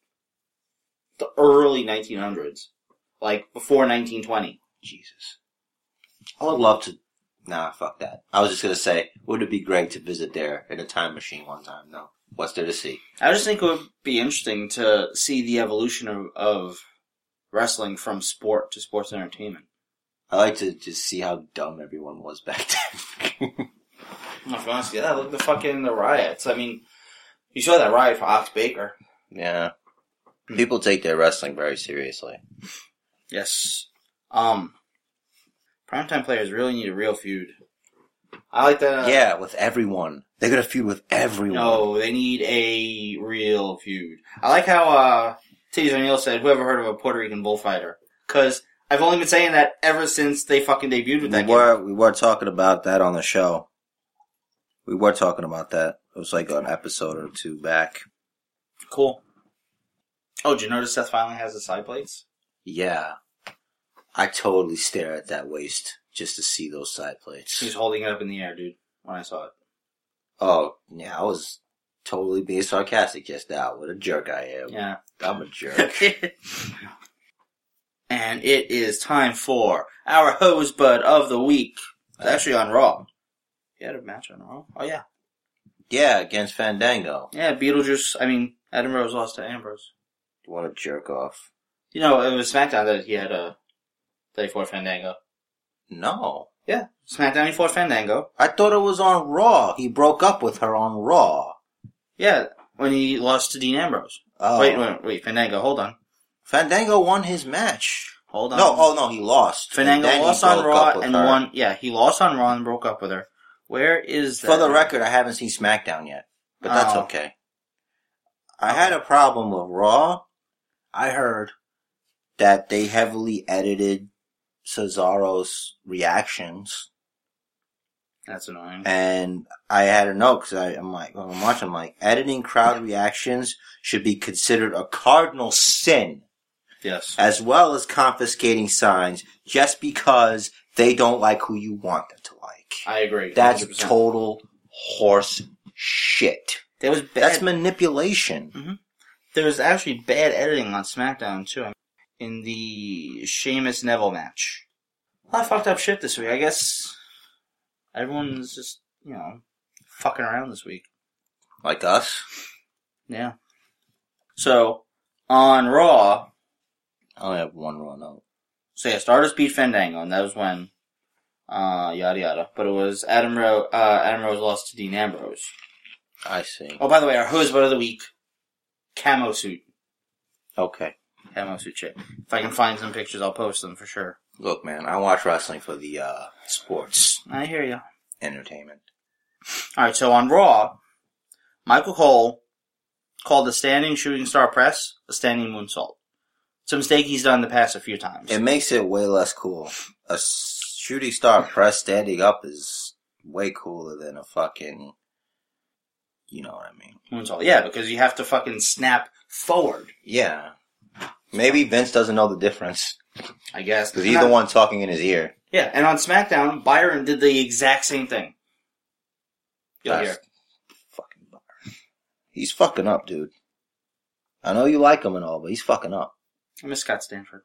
[SPEAKER 2] the early 1900s. Like before 1920.
[SPEAKER 1] Jesus. I would love to. Nah, fuck that. I was just gonna say, would it be great to visit there in a time machine one time? No. What's there to see?
[SPEAKER 2] I just think it would be interesting to see the evolution of, of wrestling from sport to sports entertainment.
[SPEAKER 1] I like to just see how dumb everyone was back then.
[SPEAKER 2] If you want to see that, look at the fucking the riots. I mean, you saw that riot for Ox Baker.
[SPEAKER 1] Yeah.
[SPEAKER 2] Hmm.
[SPEAKER 1] People take their wrestling very seriously.
[SPEAKER 2] Yes. Um, primetime players really need a real feud. I like that. Uh,
[SPEAKER 1] yeah, with everyone. They're gonna feud with everyone.
[SPEAKER 2] No, they need a real feud. I like how uh, Titties O'Neill said, "Whoever heard of a Puerto Rican bullfighter?" Because I've only been saying that ever since they fucking debuted with
[SPEAKER 1] we
[SPEAKER 2] that game.
[SPEAKER 1] were we were talking about that on the show. We were talking about that. It was like an episode or two back.
[SPEAKER 2] Cool. Oh, did you notice Seth finally has the side plates?
[SPEAKER 1] Yeah, I totally stare at that waist just to see those side plates.
[SPEAKER 2] He's holding it up in the air, dude. When I saw it,
[SPEAKER 1] Oh yeah, I was totally being sarcastic just now. What a jerk I am.
[SPEAKER 2] yeah.
[SPEAKER 1] I'm a jerk.
[SPEAKER 2] and it is time for our hose bud of the week. It's actually on Raw. You had a match on Raw? Oh yeah.
[SPEAKER 1] yeah, against Fandango.
[SPEAKER 2] Yeah, Beetlejuice I mean Adam Rose lost to Ambrose.
[SPEAKER 1] What a jerk off.
[SPEAKER 2] You know, it was SmackDown that he had a that he fought Fandango.
[SPEAKER 1] No.
[SPEAKER 2] Yeah. SmackDown he fought Fandango.
[SPEAKER 1] I thought it was on Raw. He broke up with her on Raw.
[SPEAKER 2] Yeah. When he lost to Dean Ambrose.
[SPEAKER 1] Oh.
[SPEAKER 2] Wait, wait, wait, Fandango, hold on.
[SPEAKER 1] Fandango won his match.
[SPEAKER 2] Hold on.
[SPEAKER 1] No, oh no, he lost.
[SPEAKER 2] Fandango
[SPEAKER 1] And then he
[SPEAKER 2] lost on
[SPEAKER 1] broke up
[SPEAKER 2] Raw
[SPEAKER 1] with
[SPEAKER 2] and
[SPEAKER 1] her.
[SPEAKER 2] won yeah, he lost on Raw and broke up with her. Where is that?
[SPEAKER 1] For the record, I haven't seen SmackDown yet, but that's
[SPEAKER 2] Oh.
[SPEAKER 1] okay. I had a problem with Raw. I heard that they heavily edited Cesaro's reactions,
[SPEAKER 2] That's annoying.
[SPEAKER 1] and I had a note because I'm like, when I'm watching, I'm like, editing crowd reactions should be considered a cardinal sin,
[SPEAKER 2] Yes.
[SPEAKER 1] as well as confiscating signs, just because they don't like who you want them to like.
[SPEAKER 2] I agree.
[SPEAKER 1] That's
[SPEAKER 2] 100%.
[SPEAKER 1] total horse shit.
[SPEAKER 2] There was bad.
[SPEAKER 1] That's manipulation.
[SPEAKER 2] there was actually bad editing on SmackDown too. I mean, in the Sheamus Neville match, a lot of fucked up shit this week. I guess everyone's just you know fucking around this week.
[SPEAKER 1] Like us
[SPEAKER 2] Yeah. So on Raw,
[SPEAKER 1] I only have one raw note.
[SPEAKER 2] so yeah, Stardust beat Fandango, and that was when uh yada yada. But it was Adam Ro- uh, Adam Rose lost to Dean Ambrose.
[SPEAKER 1] I see.
[SPEAKER 2] Oh, by the way, our husband of the week, camo suit,
[SPEAKER 1] Okay.
[SPEAKER 2] camo suit chick. If I can find some pictures, I'll post them for sure.
[SPEAKER 1] Look, man, I watch wrestling for the uh, sports
[SPEAKER 2] I hear you.
[SPEAKER 1] entertainment.
[SPEAKER 2] All right, so on Raw, Michael Cole called the standing shooting star press a standing moonsault. It's a mistake he's done in the past a few times.
[SPEAKER 1] It makes it way less cool. A s- shooting star press standing up is way cooler than a fucking. You know what I mean?
[SPEAKER 2] moonsault, yeah, because you have to fucking snap forward,
[SPEAKER 1] Yeah. Maybe Vince doesn't know the difference
[SPEAKER 2] I guess.
[SPEAKER 1] because
[SPEAKER 2] And
[SPEAKER 1] he's the
[SPEAKER 2] on-
[SPEAKER 1] one talking in his ear.
[SPEAKER 2] Yeah, and on SmackDown, Byron did the exact same thing. You'll
[SPEAKER 1] That's
[SPEAKER 2] hear.
[SPEAKER 1] Fucking Byron. He's fucking up, dude. I know you like him and all, but he's fucking up.
[SPEAKER 2] I miss Scott Stanford.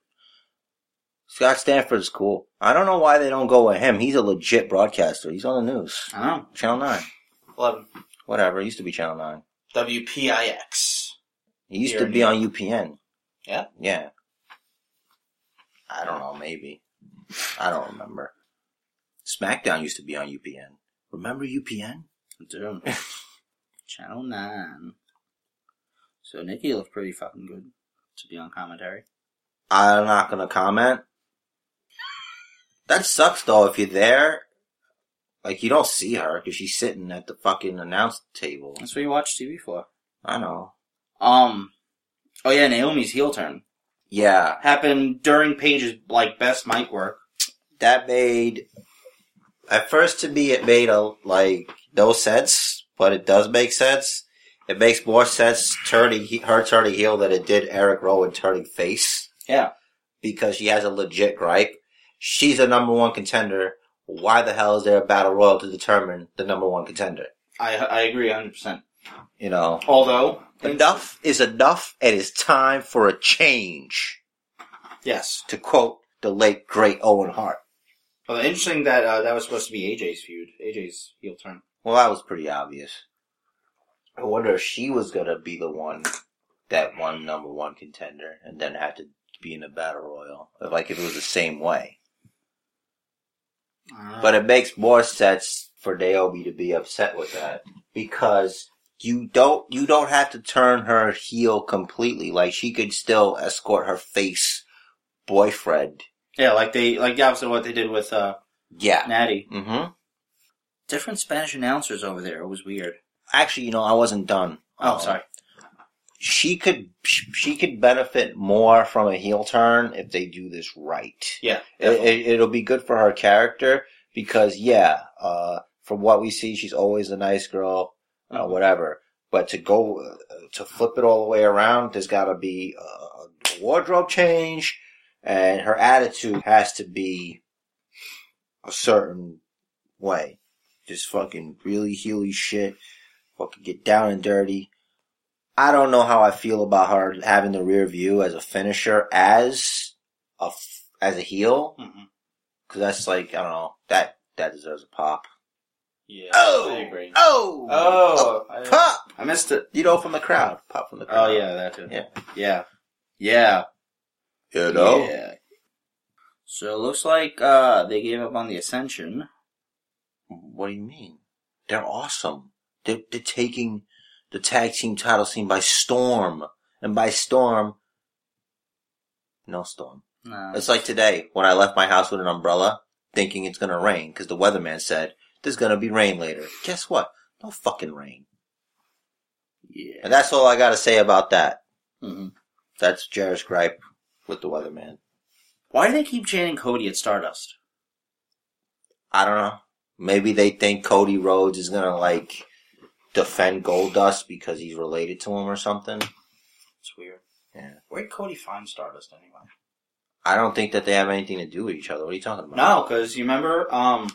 [SPEAKER 1] Scott Stanford's cool. I don't know why they don't go with him. He's a legit broadcaster. He's on the news.
[SPEAKER 2] I know.
[SPEAKER 1] Channel 9.
[SPEAKER 2] Love him.
[SPEAKER 1] Whatever. He used to be Channel 9.
[SPEAKER 2] WPIX.
[SPEAKER 1] He used
[SPEAKER 2] Here
[SPEAKER 1] to
[SPEAKER 2] in
[SPEAKER 1] be
[SPEAKER 2] New
[SPEAKER 1] on UPN.
[SPEAKER 2] Yeah?
[SPEAKER 1] Yeah. I don't know. Maybe. I don't remember. SmackDown used to be on UPN. Remember UPN?
[SPEAKER 2] Damn. Channel 9. So Nikki looked pretty fucking good to be on commentary.
[SPEAKER 1] I'm not gonna comment. That sucks though. If you're there, like you don't see her because she's sitting at the fucking announce table.
[SPEAKER 2] That's what you watch TV for.
[SPEAKER 1] I know.
[SPEAKER 2] Um, oh yeah, Naomi's heel turn
[SPEAKER 1] Yeah,
[SPEAKER 2] happened during Paige's like best mic work.
[SPEAKER 1] that made at first to me it made a like no sense, but it does make sense. It makes more sense turning he- her turning heel than it did Eric Rowan turning face
[SPEAKER 2] Yeah,
[SPEAKER 1] because she has a legit gripe. She's a number one contender. Why the hell is there a battle royal to determine the number one contender?
[SPEAKER 2] I I agree 100. percent
[SPEAKER 1] You know,
[SPEAKER 2] Although
[SPEAKER 1] enough is enough, and it's time for a change.
[SPEAKER 2] yes,
[SPEAKER 1] To quote the late great Owen Hart.
[SPEAKER 2] well, interesting that uh, that was supposed to be AJ's feud, AJ's heel turn.
[SPEAKER 1] Well, that was pretty obvious. I wonder if she was gonna be the one that won number one contender and then have to be in a battle royal. Like if it was the same way.
[SPEAKER 2] I don't know.
[SPEAKER 1] But it makes more sense for Naomi to be upset with that because you don't you don't have to turn her heel completely. Like she could still escort her face boyfriend.
[SPEAKER 2] Yeah, like they like the opposite of what they did with uh,
[SPEAKER 1] Yeah.
[SPEAKER 2] Natty.
[SPEAKER 1] Mm-hmm.
[SPEAKER 2] Different Spanish announcers over there. It was weird.
[SPEAKER 1] Actually, you know, I wasn't done.
[SPEAKER 2] Oh,
[SPEAKER 1] Um,
[SPEAKER 2] sorry.
[SPEAKER 1] She could she could benefit more from a heel turn if they do this right.
[SPEAKER 2] Yeah,
[SPEAKER 1] it, it, it'll be good for her character because yeah, uh, from what we see, she's always a nice girl, uh,
[SPEAKER 2] Mhm.
[SPEAKER 1] whatever. But to go uh, to flip it all the way around, there's got to be a wardrobe change, and her attitude has to be a certain way. Just fucking really heely shit, fucking get down and dirty. I don't know how I feel about her having the rear view as a finisher, as a f- as a heel.
[SPEAKER 2] hmm
[SPEAKER 1] Cause that's like, I don't know, that, that deserves a pop.
[SPEAKER 2] Yeah,
[SPEAKER 1] Oh!
[SPEAKER 2] I agree.
[SPEAKER 1] Oh!
[SPEAKER 2] Oh, I-
[SPEAKER 1] Pop!
[SPEAKER 2] I missed it.
[SPEAKER 1] You know, from the crowd. Pop from the crowd.
[SPEAKER 2] Oh yeah, that too.
[SPEAKER 1] Yeah.
[SPEAKER 2] yeah, yeah.
[SPEAKER 1] You know?
[SPEAKER 2] Yeah. So it looks like uh, they gave up on the Ascension.
[SPEAKER 1] What do you mean? They're awesome. They're, they're taking the tag team title scene by storm. And by storm, no storm.
[SPEAKER 2] No.
[SPEAKER 1] It's like today when I left my house with an umbrella thinking it's gonna rain because the weatherman said there's gonna be rain later. Guess what? No fucking rain.
[SPEAKER 2] yeah.
[SPEAKER 1] And that's all I gotta say about that.
[SPEAKER 2] hmm
[SPEAKER 1] That's Jared's gripe with the weatherman.
[SPEAKER 2] Why do they keep chanting Cody at Stardust?
[SPEAKER 1] I don't know. Maybe they think Cody Rhodes is gonna like defend Goldust because he's related to him or something.
[SPEAKER 2] It's weird.
[SPEAKER 1] Yeah.
[SPEAKER 2] Where'd Cody find Stardust anyway?
[SPEAKER 1] I don't think that they have anything to do with each other. What are you talking about?
[SPEAKER 2] No, because you remember, um,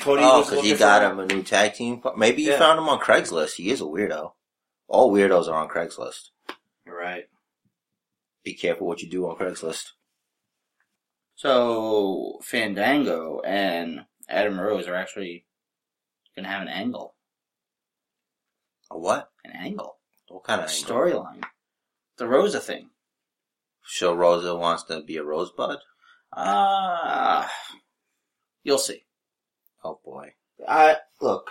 [SPEAKER 2] Cody
[SPEAKER 1] Oh,
[SPEAKER 2] was
[SPEAKER 1] because he
[SPEAKER 2] looking
[SPEAKER 1] got
[SPEAKER 2] for-
[SPEAKER 1] him a new tag team. pa- Maybe he
[SPEAKER 2] Yeah.
[SPEAKER 1] found him on Craigslist. He is a weirdo. All weirdos are on Craigslist.
[SPEAKER 2] You're right.
[SPEAKER 1] Be careful what you do on Craigslist.
[SPEAKER 2] So Fandango and Adam Rose are actually gonna have an angle,
[SPEAKER 1] A what?
[SPEAKER 2] an angle,
[SPEAKER 1] What kind
[SPEAKER 2] a
[SPEAKER 1] of story?
[SPEAKER 2] storyline, the Rosa thing.
[SPEAKER 1] So Rosa wants to be a rosebud.
[SPEAKER 2] Ah, you'll see.
[SPEAKER 1] Oh boy.
[SPEAKER 2] I
[SPEAKER 1] Look,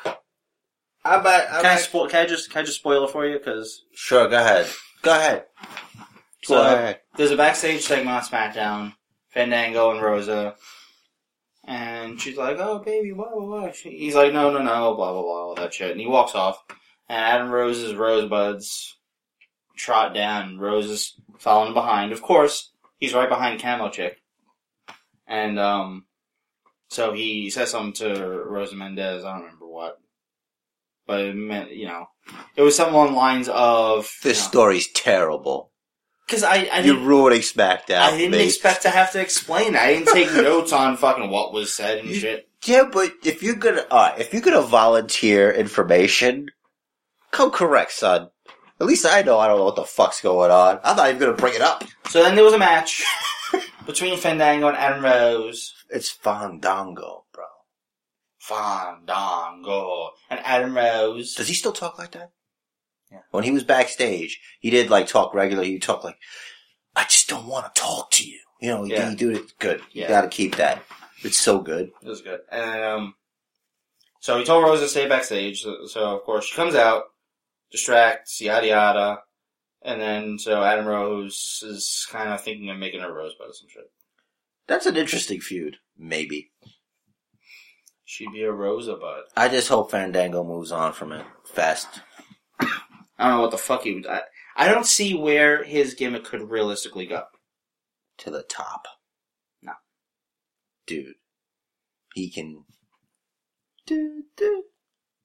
[SPEAKER 1] I bet.
[SPEAKER 2] can I spo- can I just can I just spoil it for you? Because
[SPEAKER 1] sure. Go ahead. Go ahead.
[SPEAKER 2] So-
[SPEAKER 1] go ahead.
[SPEAKER 2] there's a backstage segment on SmackDown, Fandango and Rosa, and she's like, "Oh, baby, blah blah blah." She, he's like, "No, no, no, blah blah blah," all that shit, and he walks off. And Adam Rose's rosebuds trot down. and Rose is following behind. Of course, he's right behind Camo Chick, and um, so he says something to Rosa Mendez. I don't remember what, but it meant you know, it was something along the lines of
[SPEAKER 1] This story's terrible.
[SPEAKER 2] because I I
[SPEAKER 1] You're
[SPEAKER 2] didn't
[SPEAKER 1] ruining SmackDown.
[SPEAKER 2] I didn't
[SPEAKER 1] mate.
[SPEAKER 2] expect to have to explain. I didn't take notes on fucking what was said and
[SPEAKER 1] You-
[SPEAKER 2] shit.
[SPEAKER 1] Yeah, but if you're gonna, uh, if you're gonna volunteer information, come correct, son. At least I know I don't know what the fuck's going on. I'm not even gonna bring it up.
[SPEAKER 2] So then there was a match between Fandango and Adam Rose.
[SPEAKER 1] It's Fandango, bro.
[SPEAKER 2] Fandango and Adam Rose.
[SPEAKER 1] Does he still talk like that?
[SPEAKER 2] Yeah.
[SPEAKER 1] When he was backstage, he did like talk regular. He talk like, I just don't want to talk to you. You know,
[SPEAKER 2] Yeah.
[SPEAKER 1] he do it good. You
[SPEAKER 2] Yeah.
[SPEAKER 1] gotta keep that. It's so good.
[SPEAKER 2] It was good. And um, so he told Rose to stay backstage. So, so of course she comes out, distracts, yada yada. And then so Adam Rose is kind of thinking of making her rosebud or some shit.
[SPEAKER 1] That's an interesting feud. Maybe.
[SPEAKER 2] She'd be a rosebud.
[SPEAKER 1] I just hope Fandango moves on from it fast.
[SPEAKER 2] I don't know what the fuck he would. I, I don't see where his gimmick could realistically go.
[SPEAKER 1] to the top.
[SPEAKER 2] No.
[SPEAKER 1] Dude. He can. Do, do,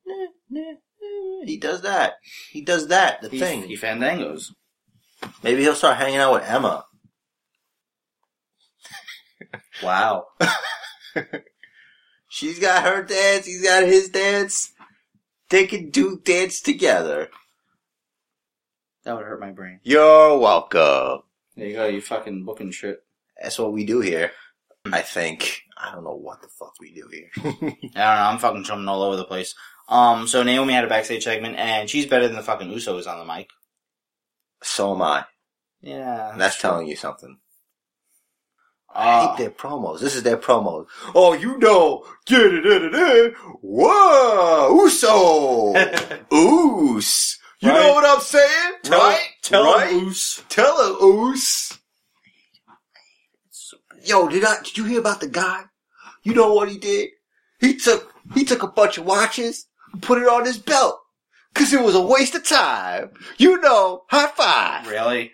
[SPEAKER 1] na, na, na. He does that. He does that. The
[SPEAKER 2] He,
[SPEAKER 1] thing.
[SPEAKER 2] he fandangos.
[SPEAKER 1] Maybe he'll start hanging out with Emma.
[SPEAKER 2] Wow.
[SPEAKER 1] She's got her dance. He's got his dance. They can do dance together.
[SPEAKER 2] That would hurt my brain.
[SPEAKER 1] You're welcome.
[SPEAKER 2] There you go, you fucking booking shit.
[SPEAKER 1] That's what we do here. I think. I don't know what the fuck we do here.
[SPEAKER 2] I don't know, I'm fucking jumping all over the place. Um, so Naomi had a backstage segment, and she's better than the fucking Usos on the mic.
[SPEAKER 1] so am I.
[SPEAKER 2] Yeah.
[SPEAKER 1] That's telling you something. I
[SPEAKER 2] Uh,
[SPEAKER 1] hate their promos. This is their promo. Oh, you know, get it, it, it, it. Whoa, Uso, Oos. You know
[SPEAKER 2] Right.
[SPEAKER 1] what I'm saying, right?
[SPEAKER 2] Tell
[SPEAKER 1] right?
[SPEAKER 2] him, Oos.
[SPEAKER 1] Tell her, Oos. Yo, did I? Did you hear about the guy? You know what he did? He took he took a bunch of watches, and put it on his belt, cause it was a waste of time. You know, high five.
[SPEAKER 2] Really?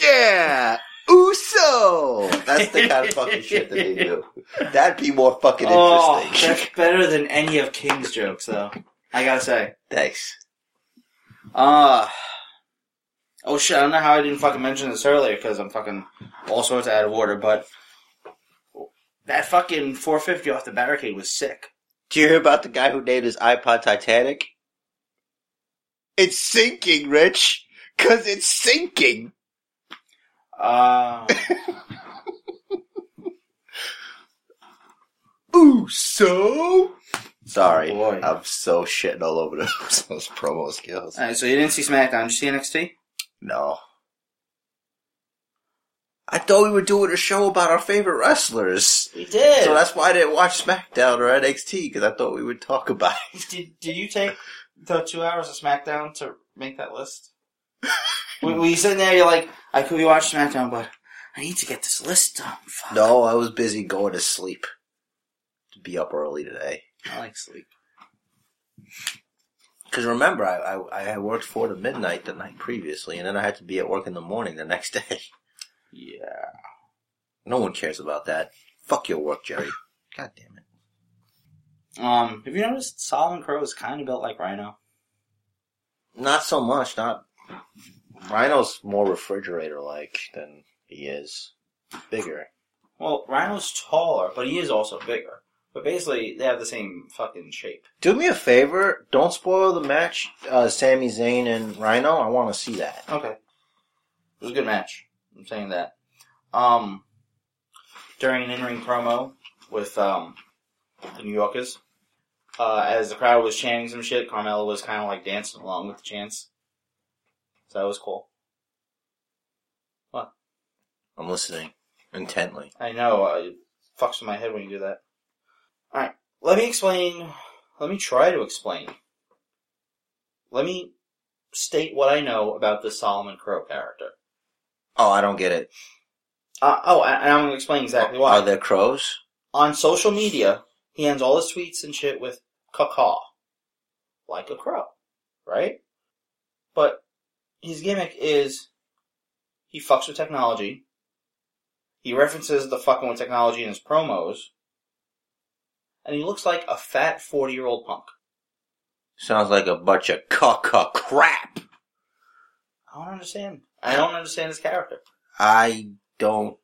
[SPEAKER 1] Yeah, Uso. That's the kind of fucking shit that they do. That'd be more fucking
[SPEAKER 2] Oh,
[SPEAKER 1] interesting.
[SPEAKER 2] that's better than any of King's jokes, though. I gotta say.
[SPEAKER 1] Thanks.
[SPEAKER 2] Uh, oh shit, I don't know how I didn't fucking mention this earlier, because I'm fucking all sorts out of order, but that fucking 450 off the barricade was sick.
[SPEAKER 1] Do you hear about the guy who named his iPod Titanic? It's sinking, Rich. Cause it's sinking.
[SPEAKER 2] Uh,
[SPEAKER 1] Uso. Sorry,
[SPEAKER 2] Oh, boy.
[SPEAKER 1] I'm so shitting all over those, those promo skills.
[SPEAKER 2] alright, so you didn't see SmackDown, did you see NXT?
[SPEAKER 1] No. I thought we were doing a show about our favorite wrestlers.
[SPEAKER 2] We did.
[SPEAKER 1] So that's why I didn't watch SmackDown or NXT because I thought we would talk about it.
[SPEAKER 2] did, did you take the two hours of SmackDown to make that list? we, we sitting there, you're like, I could be watching SmackDown, but I need to get this list done. Fuck.
[SPEAKER 1] No, I was busy going to sleep. To be up early today.
[SPEAKER 2] I like sleep.
[SPEAKER 1] Because remember, I, I I had worked four to midnight the night previously, and then I had to be at work in the morning the next day.
[SPEAKER 2] Yeah.
[SPEAKER 1] No one cares about that. Fuck your work, Jerry. God damn it.
[SPEAKER 2] Um, have you noticed Solomon Crow is kind of built like Rhino?
[SPEAKER 1] Not so much. Not Rhino's more refrigerator like than he is bigger.
[SPEAKER 2] Well, Rhino's taller, but he is also bigger. But basically, they have the same fucking shape.
[SPEAKER 1] Do me a favor. Don't spoil the match. Uh, Sami Zayn and Rhino. I want to see that.
[SPEAKER 2] Okay. It was a good match. I'm saying that. Um, during an in-ring promo with um, the New Yorkers, uh, as the crowd was chanting some shit, Carmella was kind of like dancing along with the chants. So that was cool.
[SPEAKER 1] I'm listening intently.
[SPEAKER 2] I know. Uh, it fucks with my head when you do that. All right, let me explain. Let me try to explain. Let me state what I know about this Solomon Crow character.
[SPEAKER 1] Oh, I don't get it.
[SPEAKER 2] Uh, oh, and and I'm going to explain exactly why.
[SPEAKER 1] Are there crows?
[SPEAKER 2] on social media, he ends all his tweets and shit with caw like a crow, right? But his gimmick is he fucks with technology. He references the fucking with technology in his promos, and he looks like a fat forty-year-old punk.
[SPEAKER 1] Sounds like a bunch of cuck crap.
[SPEAKER 2] I don't understand. I don't understand his character.
[SPEAKER 1] I don't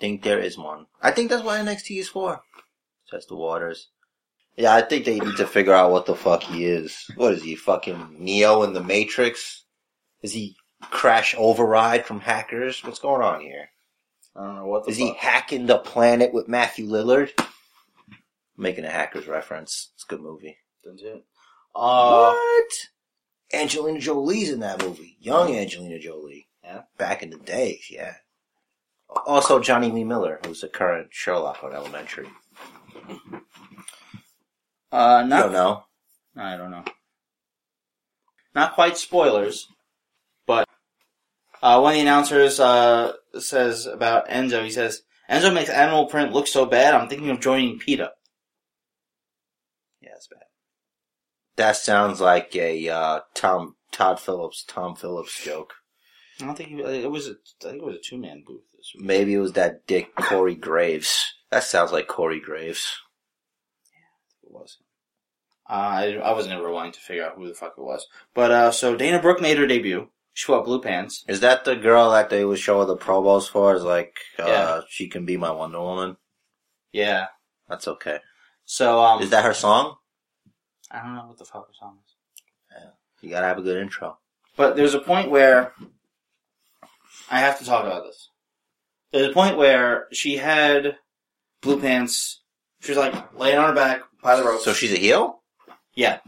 [SPEAKER 1] think there is one. I think that's what NXT is for. Test the waters. Yeah, I think they need to figure out what the fuck he is. What is he, fucking Neo in the Matrix? Is he Crash Override from Hackers? What's going on here?
[SPEAKER 2] I don't know what the
[SPEAKER 1] Is he
[SPEAKER 2] fuck.
[SPEAKER 1] hacking the planet with Matthew Lillard? Making a Hackers reference. It's a good movie.
[SPEAKER 2] That's it. Uh,
[SPEAKER 1] what? Angelina Jolie's in that movie. Young Angelina Jolie.
[SPEAKER 2] Yeah.
[SPEAKER 1] Back in the day, yeah. Also Johnny Lee Miller, who's the current Sherlock on Elementary. I
[SPEAKER 2] uh, not
[SPEAKER 1] don't know.
[SPEAKER 2] I don't know. Not quite spoilers, but uh, one of the announcers uh, says about Enzo. He says Enzo makes animal print look so bad. I'm thinking of joining PETA. Yeah, that's bad.
[SPEAKER 1] That sounds like a uh, Tom Todd Phillips Tom Phillips joke.
[SPEAKER 2] I don't think he, it was. A, I think it was a two man booth. This week.
[SPEAKER 1] Maybe it was that dick Corey Graves. That sounds like Corey Graves.
[SPEAKER 2] It was. Uh, I I was never willing to figure out who the fuck it was. But uh, so Dana Brooke made her debut. She wore blue pants.
[SPEAKER 1] Is that the girl that they were showing the promos for? Is like uh,
[SPEAKER 2] Yeah.
[SPEAKER 1] she can be my Wonder Woman.
[SPEAKER 2] Yeah.
[SPEAKER 1] That's okay.
[SPEAKER 2] So um,
[SPEAKER 1] Is that her song?
[SPEAKER 2] I don't know what the fuck her song is.
[SPEAKER 1] You gotta have a good intro.
[SPEAKER 2] But there's a point where I have to talk about this. There's a point where she had blue pants. She was like laying on her back by the ropes.
[SPEAKER 1] So she's a heel.
[SPEAKER 2] yeah,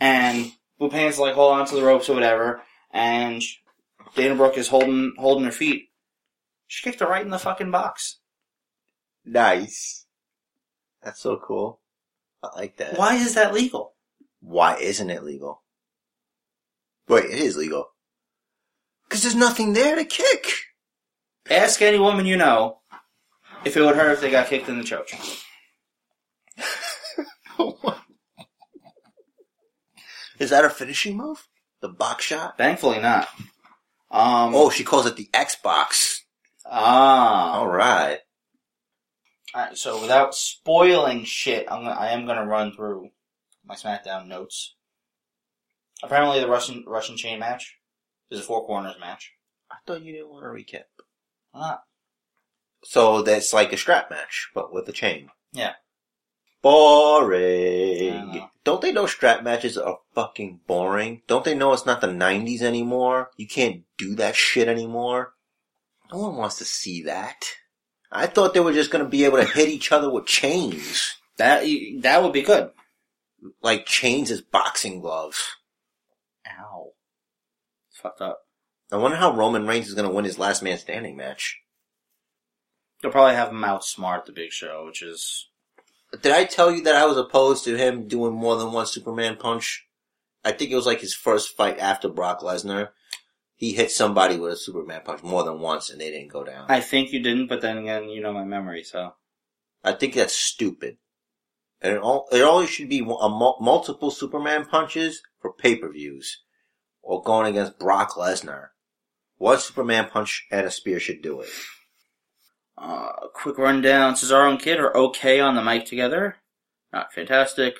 [SPEAKER 2] and blue pants like hold on to the ropes or whatever, and sh- Dana Brooke is holding holding her feet. She kicked her right in the fucking box.
[SPEAKER 1] Nice. That's so cool. I like that.
[SPEAKER 2] Why is that legal?
[SPEAKER 1] Why isn't it legal? Wait, it is legal. Cause there's nothing there to kick.
[SPEAKER 2] Ask any woman you know if it would hurt if they got kicked in the church.
[SPEAKER 1] Is that her finishing move? The box shot?
[SPEAKER 2] Thankfully not. Um,
[SPEAKER 1] Oh, she calls it the Xbox.
[SPEAKER 2] ah.
[SPEAKER 1] All right.
[SPEAKER 2] Alright, so without spoiling shit, I'm gonna, I am gonna run through my SmackDown notes. Apparently, the Russian Russian chain match is a four corners match. Ah,
[SPEAKER 1] I thought you didn't want to recap.
[SPEAKER 2] Why not?
[SPEAKER 1] So that's like a strap match, but with a chain.
[SPEAKER 2] Yeah. I
[SPEAKER 1] Boring.
[SPEAKER 2] know.
[SPEAKER 1] Don't they know strap matches are fucking boring? Don't they know it's not the 90s anymore? You can't do that shit anymore. No one wants to see that. I thought they were just gonna be able to hit each other with chains.
[SPEAKER 2] That y- that would be good.
[SPEAKER 1] Like chains as boxing gloves.
[SPEAKER 2] Ow, It's fucked up.
[SPEAKER 1] I wonder how Roman Reigns is gonna win his last man standing match.
[SPEAKER 2] They'll probably have him outsmart the Big Show, which is
[SPEAKER 1] Did I tell you that I was opposed to him doing more than one Superman punch? I think it was like his first fight after Brock Lesnar. He hit somebody with a Superman punch more than once and they didn't go down. I,
[SPEAKER 2] I think you didn't, but then again, you know my memory, so
[SPEAKER 1] think that's stupid. And it, all, it only should be a mul- multiple Superman punches for pay-per-views or going against Brock Lesnar. One Superman punch and a spear should do it.
[SPEAKER 2] uh, a quick rundown: Cesaro and Kid are okay on the mic together, not fantastic.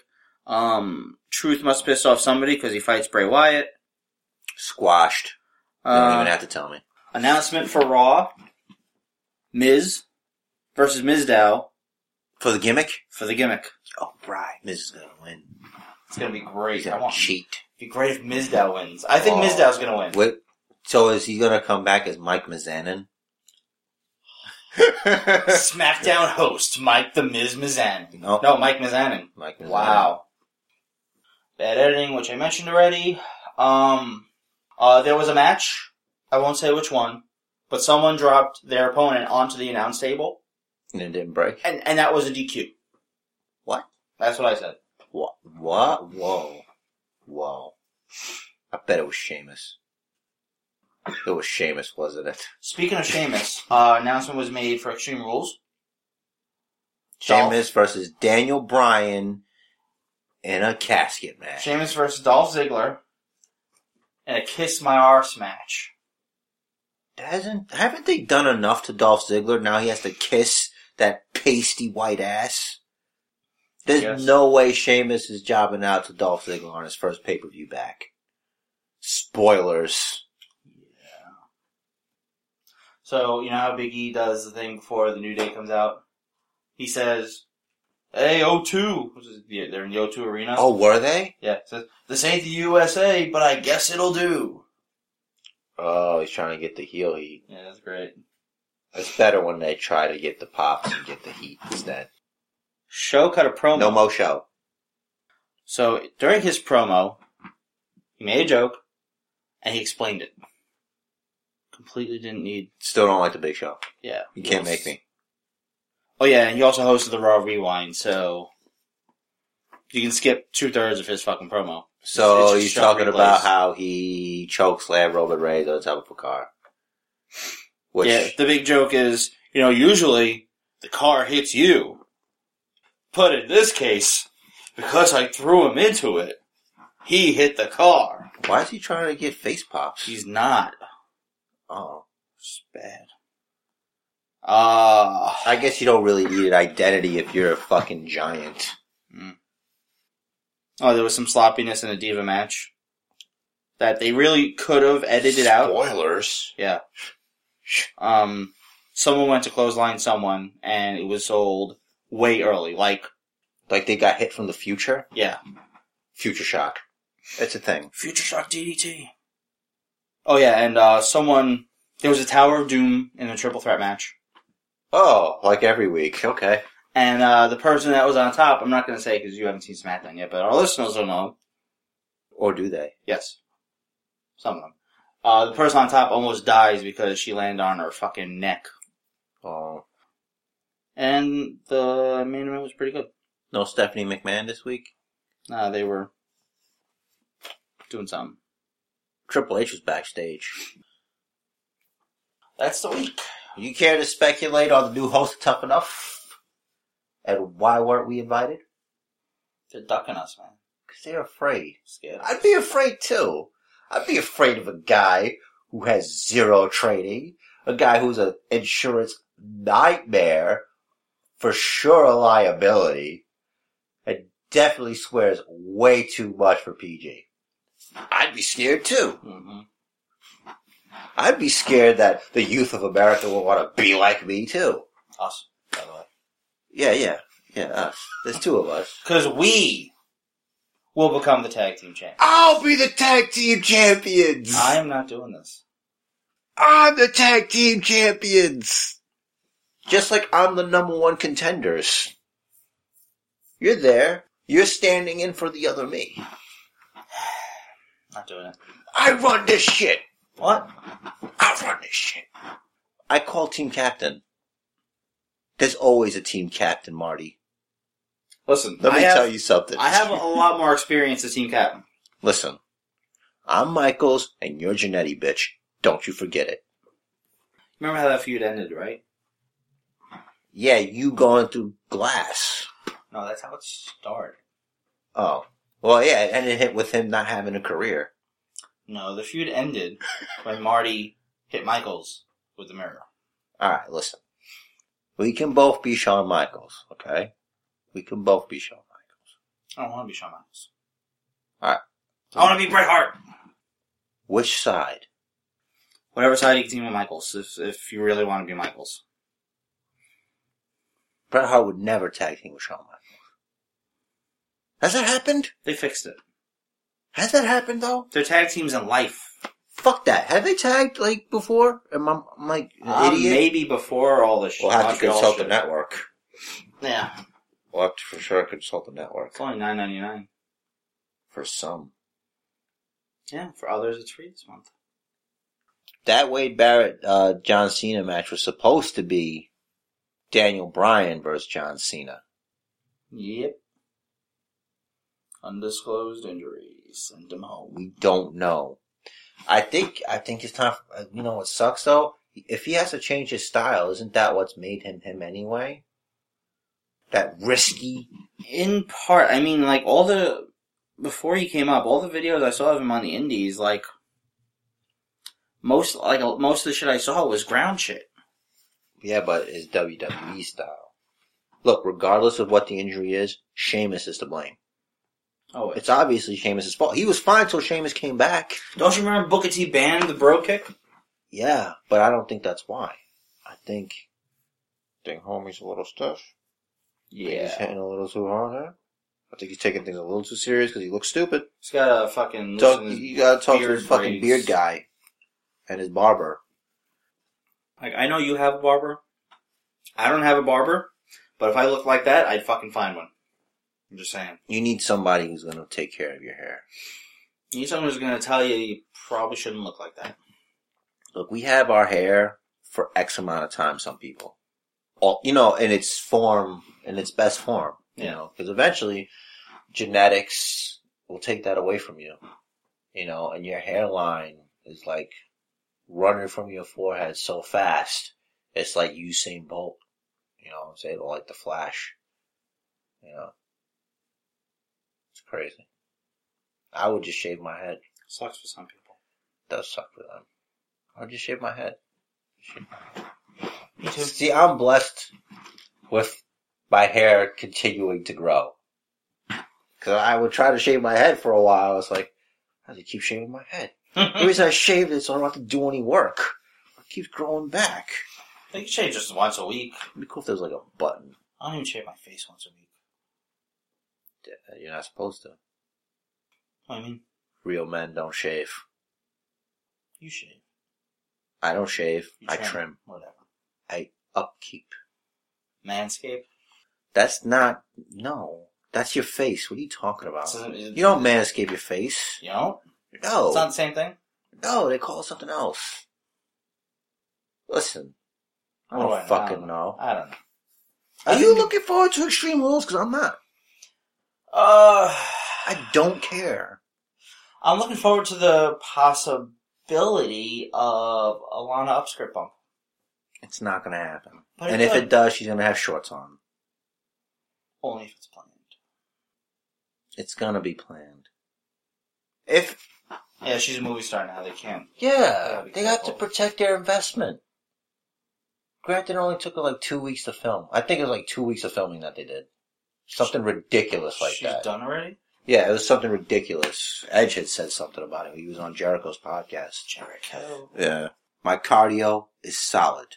[SPEAKER 2] Um, Truth must piss off somebody because he fights Bray Wyatt.
[SPEAKER 1] Squashed. You don't even
[SPEAKER 2] Uh,
[SPEAKER 1] have to tell me.
[SPEAKER 2] announcement for Raw: Miz versus Mizdow
[SPEAKER 1] For the gimmick?
[SPEAKER 2] for the gimmick.
[SPEAKER 1] Oh, right. Miz is gonna win.
[SPEAKER 2] It's gonna be
[SPEAKER 1] He's
[SPEAKER 2] great. I
[SPEAKER 1] gonna
[SPEAKER 2] want. It'd
[SPEAKER 1] cheat.
[SPEAKER 2] be great if Mizdow wins. I think
[SPEAKER 1] Oh.
[SPEAKER 2] Mizdow's gonna win.
[SPEAKER 1] Wait, so is he gonna come back as Mike Mizanin?
[SPEAKER 2] SmackDown host Mike the Miz Mizanin.
[SPEAKER 1] no,
[SPEAKER 2] No, Mike Mizanin.
[SPEAKER 1] Mike Mizanin.
[SPEAKER 2] Wow. Bad editing, which I mentioned already. Um, uh, there was a match. I won't say which one, but someone dropped their opponent onto the announce table,
[SPEAKER 1] And it didn't break.
[SPEAKER 2] and and that was a DQ.
[SPEAKER 1] What?
[SPEAKER 2] That's what I said.
[SPEAKER 1] What? What? Whoa, whoa! I bet it was Sheamus. It was Sheamus, wasn't it?
[SPEAKER 2] Speaking of Sheamus, uh, announcement was made for Extreme Rules. Dolph-
[SPEAKER 1] Sheamus versus Daniel Bryan in a casket match.
[SPEAKER 2] Sheamus versus Dolph Ziggler in a kiss my arse match.
[SPEAKER 1] Hasn't haven't they done enough to Dolph Ziggler? Now he has to kiss that pasty white ass. There's
[SPEAKER 2] Yes.
[SPEAKER 1] no way Sheamus is jobbing out to Dolph Ziggler on his first pay per view back. Spoilers.
[SPEAKER 2] So you know how Big E does the thing before the new day comes out. He says, "Hey, O2," which is the- they're in the O2 arena.
[SPEAKER 1] Oh, were they?
[SPEAKER 2] Yeah, says this ain't the USA, but I guess it'll do.
[SPEAKER 1] Oh, he's trying to get the heel heat.
[SPEAKER 2] Yeah, that's great.
[SPEAKER 1] It's better when they try to get the pops and get the heat instead.
[SPEAKER 2] Show cut a promo.
[SPEAKER 1] No mo show.
[SPEAKER 2] so during his promo, he made a joke, and he explained it. Completely didn't need.
[SPEAKER 1] Still don't like the big show.
[SPEAKER 2] Yeah,
[SPEAKER 1] You can't make me.
[SPEAKER 2] Oh yeah, and he also hosted the Raw Rewind, so you can skip two thirds of his fucking promo.
[SPEAKER 1] So
[SPEAKER 2] It's just
[SPEAKER 1] he's
[SPEAKER 2] shot
[SPEAKER 1] talking about
[SPEAKER 2] replays.
[SPEAKER 1] how he chokes slammed Robert Ray on top of a car. Which
[SPEAKER 2] yeah, the big joke is, you know, usually the car hits you. But in this case, because I threw him into it, he hit the car.
[SPEAKER 1] Why is he trying to get face pops?
[SPEAKER 2] He's not.
[SPEAKER 1] oh,
[SPEAKER 2] It's bad. Uh,
[SPEAKER 1] I guess you don't really need an identity if you're a fucking giant.
[SPEAKER 2] oh, there was some sloppiness in the Diva match that they really could have edited out.
[SPEAKER 1] Spoilers.
[SPEAKER 2] Yeah. Um, someone went to clothesline someone and it was sold way early. Like,
[SPEAKER 1] Like they got hit from the future.
[SPEAKER 2] yeah.
[SPEAKER 1] Future shock. That's a thing.
[SPEAKER 2] Future Shock DDT. Oh yeah, and uh, someone there was a Tower of Doom in a triple threat match,
[SPEAKER 1] Oh, like every week. Okay.
[SPEAKER 2] and uh, the person that was on top, I'm not going to say because you haven't seen SmackDown yet, but our listeners will know.
[SPEAKER 1] Or do they?
[SPEAKER 2] Yes, some of them. Uh, the person on top almost dies because she landed on her fucking neck
[SPEAKER 1] Oh.
[SPEAKER 2] And the main event was pretty good.
[SPEAKER 1] No Stephanie McMahon this week.
[SPEAKER 2] Nah, they were doing something.
[SPEAKER 1] Triple H was backstage.
[SPEAKER 2] That's the week.
[SPEAKER 1] You care to speculate on the new host of Tough Enough? And why weren't we invited?
[SPEAKER 2] They're ducking us, man.
[SPEAKER 1] Because they're afraid.
[SPEAKER 2] Scared.
[SPEAKER 1] I'd be afraid too. I'd be afraid of a guy who has zero training, a guy who's an insurance nightmare, for sure a liability, and definitely swears way too much for PG. I'd be scared too.
[SPEAKER 2] Mm-hmm.
[SPEAKER 1] I'd be scared that the youth of America will want to be like me too.
[SPEAKER 2] Us, by the way.
[SPEAKER 1] Yeah, yeah, yeah, us. There's two of us.
[SPEAKER 2] Because we will become the tag team champions.
[SPEAKER 1] I'll be the tag team champions!
[SPEAKER 2] I am not doing this.
[SPEAKER 1] I'm the tag team champions. Just like I'm the number one contenders. You're there. You're standing in for the other me.
[SPEAKER 2] Not doing it.
[SPEAKER 1] I run this shit.
[SPEAKER 2] What?
[SPEAKER 1] I run this shit. I call team captain. There's always a team captain, Marty.
[SPEAKER 2] Listen,
[SPEAKER 1] Let me
[SPEAKER 2] I have,
[SPEAKER 1] tell you something.
[SPEAKER 2] I have a lot more experience as team captain.
[SPEAKER 1] Listen, I'm Michaels and you're Janetti, bitch. Don't you forget it.
[SPEAKER 2] Remember how that feud ended, right?
[SPEAKER 1] Yeah, you going through glass.
[SPEAKER 2] No, that's how it started.
[SPEAKER 1] Oh. Well, yeah, and it hit with him not having a career.
[SPEAKER 2] No, the feud ended when Marty hit Michaels with the mirror.
[SPEAKER 1] All right, listen. We can both be Shawn Michaels, okay? We can both be Shawn Michaels.
[SPEAKER 2] I don't want to be Shawn Michaels.
[SPEAKER 1] Alright.
[SPEAKER 2] I want to be Bret Hart.
[SPEAKER 1] Which side?
[SPEAKER 2] Whatever side you can team with Michaels, if, if you really want to be Michaels.
[SPEAKER 1] Bret Hart would never tag team with Shawn Michaels. Has that happened?
[SPEAKER 2] They fixed it.
[SPEAKER 1] Has that happened though?
[SPEAKER 2] They're tag teams in life.
[SPEAKER 1] Fuck that. Have they tagged like before? Am I am I an
[SPEAKER 2] Um,
[SPEAKER 1] idiot?
[SPEAKER 2] Maybe before all this shit.
[SPEAKER 1] We'll have to
[SPEAKER 2] Montreal
[SPEAKER 1] consult the
[SPEAKER 2] shit.
[SPEAKER 1] network.
[SPEAKER 2] Yeah,
[SPEAKER 1] We'll have to for sure consult the network.
[SPEAKER 2] it's only nine ninety nine.
[SPEAKER 1] For some.
[SPEAKER 2] Yeah, for others it's free this month.
[SPEAKER 1] That Wade Barrett uh, John Cena match was supposed to be Daniel Bryan versus John Cena.
[SPEAKER 2] Yep. Undisclosed injuries. Send them home.
[SPEAKER 1] We don't know. I think I think it's time. For, uh, you know what sucks though? If he has to change his style, isn't that what's made him him anyway? That risky.
[SPEAKER 2] In part, I mean, like all the before he came up, all the videos I saw of him on the indies, like most like most of the shit I saw was ground shit.
[SPEAKER 1] Yeah, but his WWE style. Look, regardless of what the injury is, Sheamus is to blame.
[SPEAKER 2] Oh,
[SPEAKER 1] It's obviously Sheamus's fault. He was fine till Sheamus came back.
[SPEAKER 2] don't you remember Booker T banned the bro kick?
[SPEAKER 1] Yeah, but I don't think that's why. I think. Think homie's a little stiff. Think he's hitting a little too hard. Huh? I think he's taking things a little too serious because he looks stupid.
[SPEAKER 2] He's got a fucking.
[SPEAKER 1] Talk,
[SPEAKER 2] listen-
[SPEAKER 1] you gotta talk to
[SPEAKER 2] beard
[SPEAKER 1] this fucking
[SPEAKER 2] braids.
[SPEAKER 1] beard guy and his barber.
[SPEAKER 2] Like I know you have a barber. I don't have a barber, but if I look like that, I'd fucking find one. I'm just saying.
[SPEAKER 1] You need somebody who's gonna take care of your hair.
[SPEAKER 2] You need someone who's gonna tell you you probably shouldn't look like that.
[SPEAKER 1] Look, we have our hair for X amount of time, some people. All, you know, in its form, in its best form. You
[SPEAKER 2] Yeah.
[SPEAKER 1] know, because eventually genetics will take that away from you. You know, and your hairline is like running from your forehead so fast. It's like Usain Bolt. You know what I'm saying? Or like the Flash. You know. It's crazy. I would just shave my head.
[SPEAKER 2] Sucks for some people.
[SPEAKER 1] That suck for them. I would just shave my head.
[SPEAKER 2] Me too.
[SPEAKER 1] See, I'm blessed with my hair continuing to grow. Cause I would try to shave my head for a while. I was like, I have to keep shaving my head. The
[SPEAKER 2] I
[SPEAKER 1] reason I shaved it so I don't have to do any work. It keeps growing back.
[SPEAKER 2] can shave just once a week.
[SPEAKER 1] It'd be cool if there was like a button.
[SPEAKER 2] I don't even shave my face once a week.
[SPEAKER 1] that Uh, You're not supposed to.
[SPEAKER 2] What do you mean?
[SPEAKER 1] Real men don't shave.
[SPEAKER 2] You shave.
[SPEAKER 1] I don't shave.
[SPEAKER 2] You
[SPEAKER 1] I trim.
[SPEAKER 2] Whatever.
[SPEAKER 1] Upkeep.
[SPEAKER 2] Manscape.
[SPEAKER 1] That's not, no. That's your face. What are you talking about?
[SPEAKER 2] It's a-
[SPEAKER 1] You Oh. don't manscape your face.
[SPEAKER 2] You know?
[SPEAKER 1] No.
[SPEAKER 2] It's not the same thing.
[SPEAKER 1] No, they call it something else. Listen, I don't
[SPEAKER 2] What do
[SPEAKER 1] fucking
[SPEAKER 2] know.
[SPEAKER 1] know.
[SPEAKER 2] I don't know.
[SPEAKER 1] Are you looking forward to Extreme Rules? Because I'm not.
[SPEAKER 2] Uh,
[SPEAKER 1] I don't care.
[SPEAKER 2] I'm looking forward to the possibility of a Lana upskirt bump.
[SPEAKER 1] It's not going to happen.
[SPEAKER 2] But
[SPEAKER 1] and if it does, she's going to have shorts on.
[SPEAKER 2] only if it's planned.
[SPEAKER 1] It's going to be planned. If
[SPEAKER 2] Yeah, she's a movie star now. They can.
[SPEAKER 1] Yeah,
[SPEAKER 2] be
[SPEAKER 1] they got to
[SPEAKER 2] careful.
[SPEAKER 1] protect their investment. Granted, it only took her like two weeks to film. I think it was like two weeks of filming that they did. Something ridiculous like
[SPEAKER 2] she's
[SPEAKER 1] that.
[SPEAKER 2] done already.
[SPEAKER 1] Yeah, it was something ridiculous. Edge had said something about it. He was on Jericho's podcast.
[SPEAKER 2] Jericho.
[SPEAKER 1] Yeah. My cardio is solid.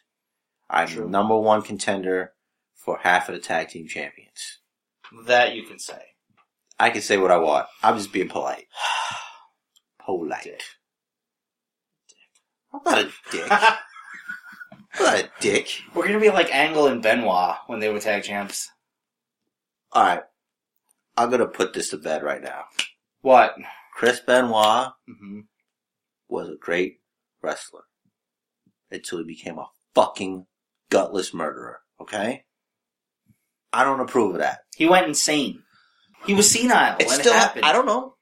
[SPEAKER 1] I'm
[SPEAKER 2] True.
[SPEAKER 1] number one contender for half of the tag team champions.
[SPEAKER 2] That you can say.
[SPEAKER 1] I can say what I want. I'm just being polite. Polite.
[SPEAKER 2] Dick.
[SPEAKER 1] I'm not a dick. I'm not a dick.
[SPEAKER 2] We're gonna be like Angle and Benoit when they were tag champs.
[SPEAKER 1] All right. I'm going to put this to bed right now.
[SPEAKER 2] What?
[SPEAKER 1] Chris Benoit
[SPEAKER 2] Mm-hmm.
[SPEAKER 1] was a great wrestler until he became a fucking gutless murderer. Okay? I don't approve of that.
[SPEAKER 2] He went insane. He was senile
[SPEAKER 1] It's
[SPEAKER 2] when
[SPEAKER 1] still,
[SPEAKER 2] it happened.
[SPEAKER 1] I don't know.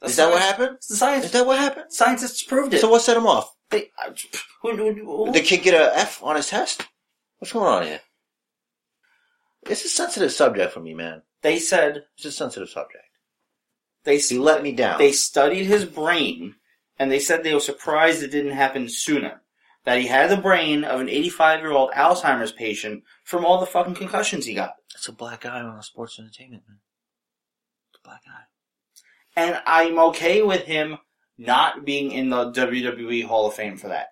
[SPEAKER 2] That's
[SPEAKER 1] Is that what
[SPEAKER 2] science-
[SPEAKER 1] happened?
[SPEAKER 2] It's the science.
[SPEAKER 1] Is that what happened?
[SPEAKER 2] Scientists proved it.
[SPEAKER 1] So what set him off?
[SPEAKER 2] They- I- pff, who- who- who-
[SPEAKER 1] Did the kid get a F on his test? What's going on here? It's a sensitive subject for me, man.
[SPEAKER 2] they said
[SPEAKER 1] It's a sensitive subject.
[SPEAKER 2] they
[SPEAKER 1] He let me down.
[SPEAKER 2] they studied his brain and they said they were surprised it didn't happen sooner. That he had the brain of an 85 year old Alzheimer's patient from all the fucking concussions he got.
[SPEAKER 1] It's a black eye on sports entertainment, man. It's a black eye.
[SPEAKER 2] And I'm okay with him not being in the WWE Hall of Fame for that.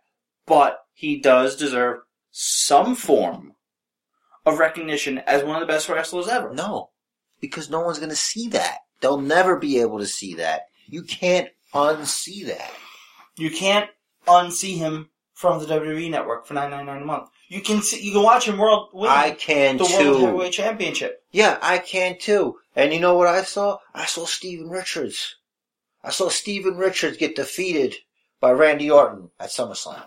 [SPEAKER 2] But he does deserve some form of recognition as one of the best wrestlers ever.
[SPEAKER 1] No, because no one's going to see that. They'll never be able to see that. You can't unsee that.
[SPEAKER 2] You can't unsee him from the WWE network for 9.99 a month. You can see, you can watch him world win
[SPEAKER 1] I can
[SPEAKER 2] the World
[SPEAKER 1] too.
[SPEAKER 2] Heavyweight Championship.
[SPEAKER 1] Yeah, I can too. And you know what I saw? I saw Steven Richards. I saw Steven Richards get defeated by Randy Orton at SummerSlam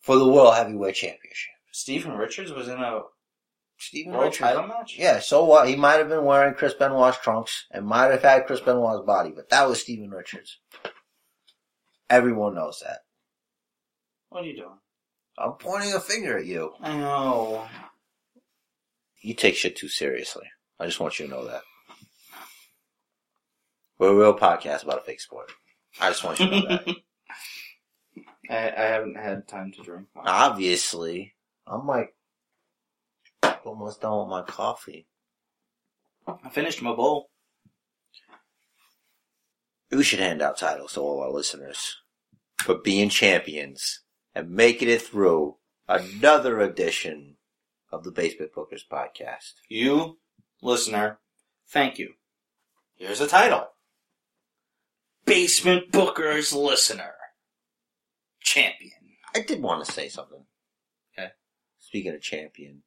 [SPEAKER 1] for the World Heavyweight Championship.
[SPEAKER 2] Stephen Richards was in a
[SPEAKER 1] Steven
[SPEAKER 2] world
[SPEAKER 1] Richards.
[SPEAKER 2] title match.
[SPEAKER 1] Yeah, so what? He might have been wearing Chris Benoit's trunks and might have had Chris Benoit's body, but that was Steven Richards. Everyone knows that.
[SPEAKER 2] What are you doing?
[SPEAKER 1] I'm pointing a finger at you.
[SPEAKER 2] I know.
[SPEAKER 1] You take shit too seriously. I just want you to know that. We're a real podcast about a fake sport. I just want you to know that.
[SPEAKER 2] I, I haven't had time to drink. Wine.
[SPEAKER 1] Obviously, I'm like almost done with my coffee.
[SPEAKER 2] I finished my bowl.
[SPEAKER 1] We should hand out titles to all our listeners for being champions and making it through another edition of the Basement Bookers podcast.
[SPEAKER 2] You, listener, thank you. Here's a title. Basement Booker's Listener. Champion.
[SPEAKER 1] I did want to say something.
[SPEAKER 2] Okay.
[SPEAKER 1] Speaking of champion,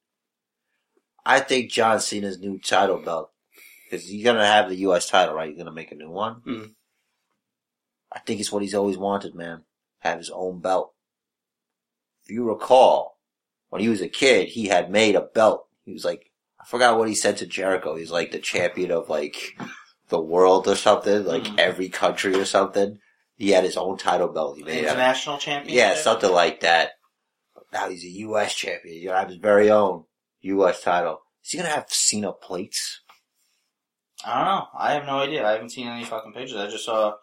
[SPEAKER 1] I think John Cena's new title belt is you're gonna have the U.S. title, right? You're gonna make a new one.
[SPEAKER 2] Mhm.
[SPEAKER 1] I think it's what he's always wanted, man. Have his own belt. If you recall, when he was a kid, he had made a belt. He was like, I forgot what he said to Jericho. He's like the champion of like the world or something, like
[SPEAKER 2] Mhm.
[SPEAKER 1] every country or something. He had his own title belt. He made it.
[SPEAKER 2] International champion.
[SPEAKER 1] Yeah, something like that. But now he's a U.S. champion. He's gonna have his very own U.S. title. Is he gonna have Cena plates?
[SPEAKER 2] I don't know. I have no idea. I haven't seen any fucking pictures. I just saw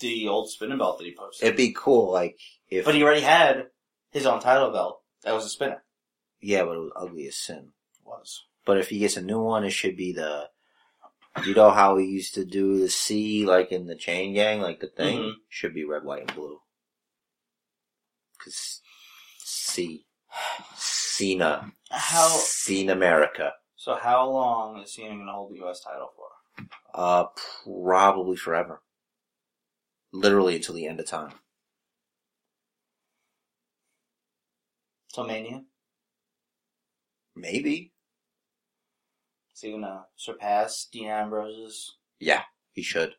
[SPEAKER 2] the old spinning belt that he posted.
[SPEAKER 1] It'd be cool, like if
[SPEAKER 2] but he already had his own title belt. That was a spinner.
[SPEAKER 1] yeah, but it was ugly as sin.
[SPEAKER 2] was.
[SPEAKER 1] But if he gets a new one, it should be the. You know how he used to do the C, like in the Chain Gang, like the thing
[SPEAKER 2] Mhm.
[SPEAKER 1] should be red, white, and blue. Cause C, Cena,
[SPEAKER 2] How
[SPEAKER 1] Cena America,
[SPEAKER 2] So how long is Cena going to hold the U.S. title for?
[SPEAKER 1] uh, probably forever, literally until the end of time.
[SPEAKER 2] Till Mania?
[SPEAKER 1] Maybe.
[SPEAKER 2] Is he going to surpass Dean Ambrose's?
[SPEAKER 1] Yeah, he should.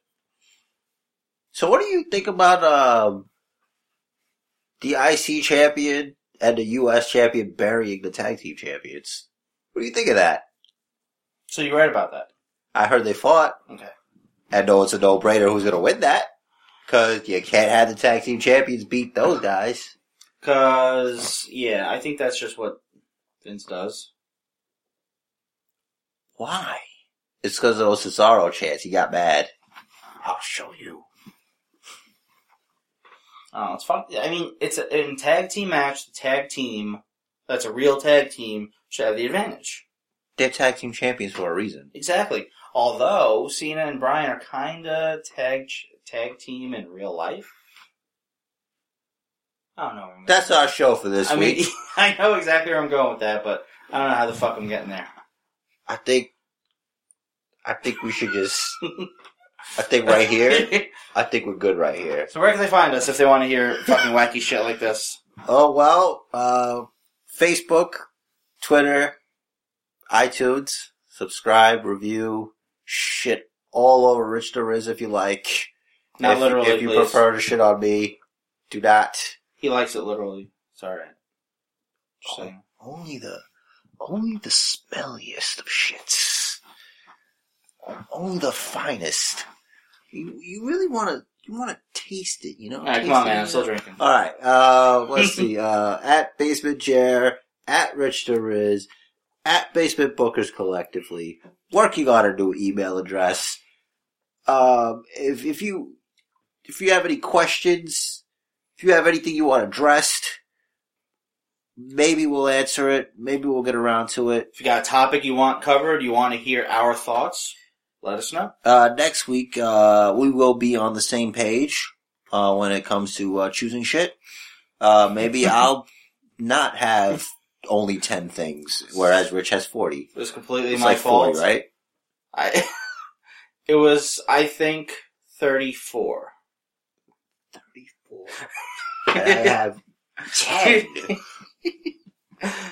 [SPEAKER 1] So what do you think about um the IC champion and the US champion burying the tag team champions? What do you think of that?
[SPEAKER 2] So you're right about that.
[SPEAKER 1] I heard they fought.
[SPEAKER 2] Okay.
[SPEAKER 1] I know it's a no-brainer who's going to win that. Because you can't have the tag team champions beat those guys.
[SPEAKER 2] Cause yeah, I think that's just what Vince does.
[SPEAKER 1] Why? It's because of those Cesaro chants. He got mad. I'll show you.
[SPEAKER 2] Oh, it's fuck. I mean, it's a, in tag team match. The tag team that's a real tag team should have the advantage.
[SPEAKER 1] They're tag team champions for a reason.
[SPEAKER 2] Exactly. Although Cena and Bryan are kind of tag ch- tag team in real life. I don't know. where I'm
[SPEAKER 1] That's our show for this
[SPEAKER 2] I
[SPEAKER 1] week.
[SPEAKER 2] mean, I know exactly where I'm going with that, but I don't know how the fuck I'm getting there.
[SPEAKER 1] I think, I think we should just, I think right here, I think we're good right here.
[SPEAKER 2] so where can they find us if they want to hear fucking wacky shit like this?
[SPEAKER 1] Oh well, uh, Facebook, Twitter, iTunes, subscribe, review, shit all over Rich the Riz if you like.
[SPEAKER 2] Not
[SPEAKER 1] if,
[SPEAKER 2] literally,
[SPEAKER 1] If you
[SPEAKER 2] please.
[SPEAKER 1] prefer to shit on me, do not.
[SPEAKER 2] He likes it literally. It's alright. Just saying.
[SPEAKER 1] Only the, only the smelliest of shits. Only the finest. You, you really want to, you want to taste it, you know?
[SPEAKER 2] Alright,
[SPEAKER 1] Taste it,
[SPEAKER 2] come on, man.
[SPEAKER 1] you
[SPEAKER 2] I'm
[SPEAKER 1] know?
[SPEAKER 2] still drinking.
[SPEAKER 1] All right. Uh, let's see. Uh, at Basement Chair, at Rich the Riz, at Basement Bookers collectively, working on a new email address. Um, if, if you, if you have any questions, if you have anything you want addressed, maybe we'll answer it. Maybe we'll get around to it.
[SPEAKER 2] If you got a topic you want covered, you want to hear our thoughts, let us know.
[SPEAKER 1] Uh, next week, uh, we will be on the same page, uh, when it comes to, uh, choosing shit. Uh, maybe I'll not have only 10 things, whereas Rich has 40.
[SPEAKER 2] It was completely
[SPEAKER 1] It's
[SPEAKER 2] my
[SPEAKER 1] like
[SPEAKER 2] fault.
[SPEAKER 1] 40, right?
[SPEAKER 2] I, it was, I think, 34.
[SPEAKER 1] 34. And I have 10.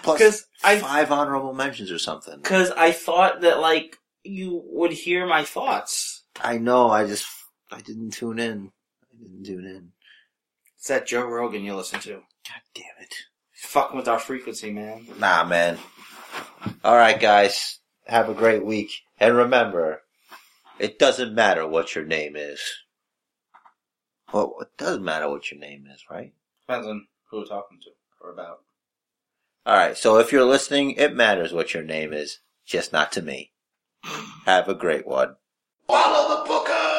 [SPEAKER 1] Plus
[SPEAKER 2] Because I,
[SPEAKER 1] five honorable mentions or something.
[SPEAKER 2] because I thought that, like, you would hear my thoughts.
[SPEAKER 1] I know, I just, I didn't tune in. I didn't tune in.
[SPEAKER 2] It's that Joe Rogan you listen to.
[SPEAKER 1] God damn it.
[SPEAKER 2] Fucking with our frequency, man.
[SPEAKER 1] Nah, man. All right, guys. Have a great week. And remember, it doesn't matter what your name is. Well, it doesn't matter what your name is, right?
[SPEAKER 2] Depends on who we're talking to or about.
[SPEAKER 1] All right. So if you're listening, it matters what your name is, just not to me. Have a great one. Follow the booker!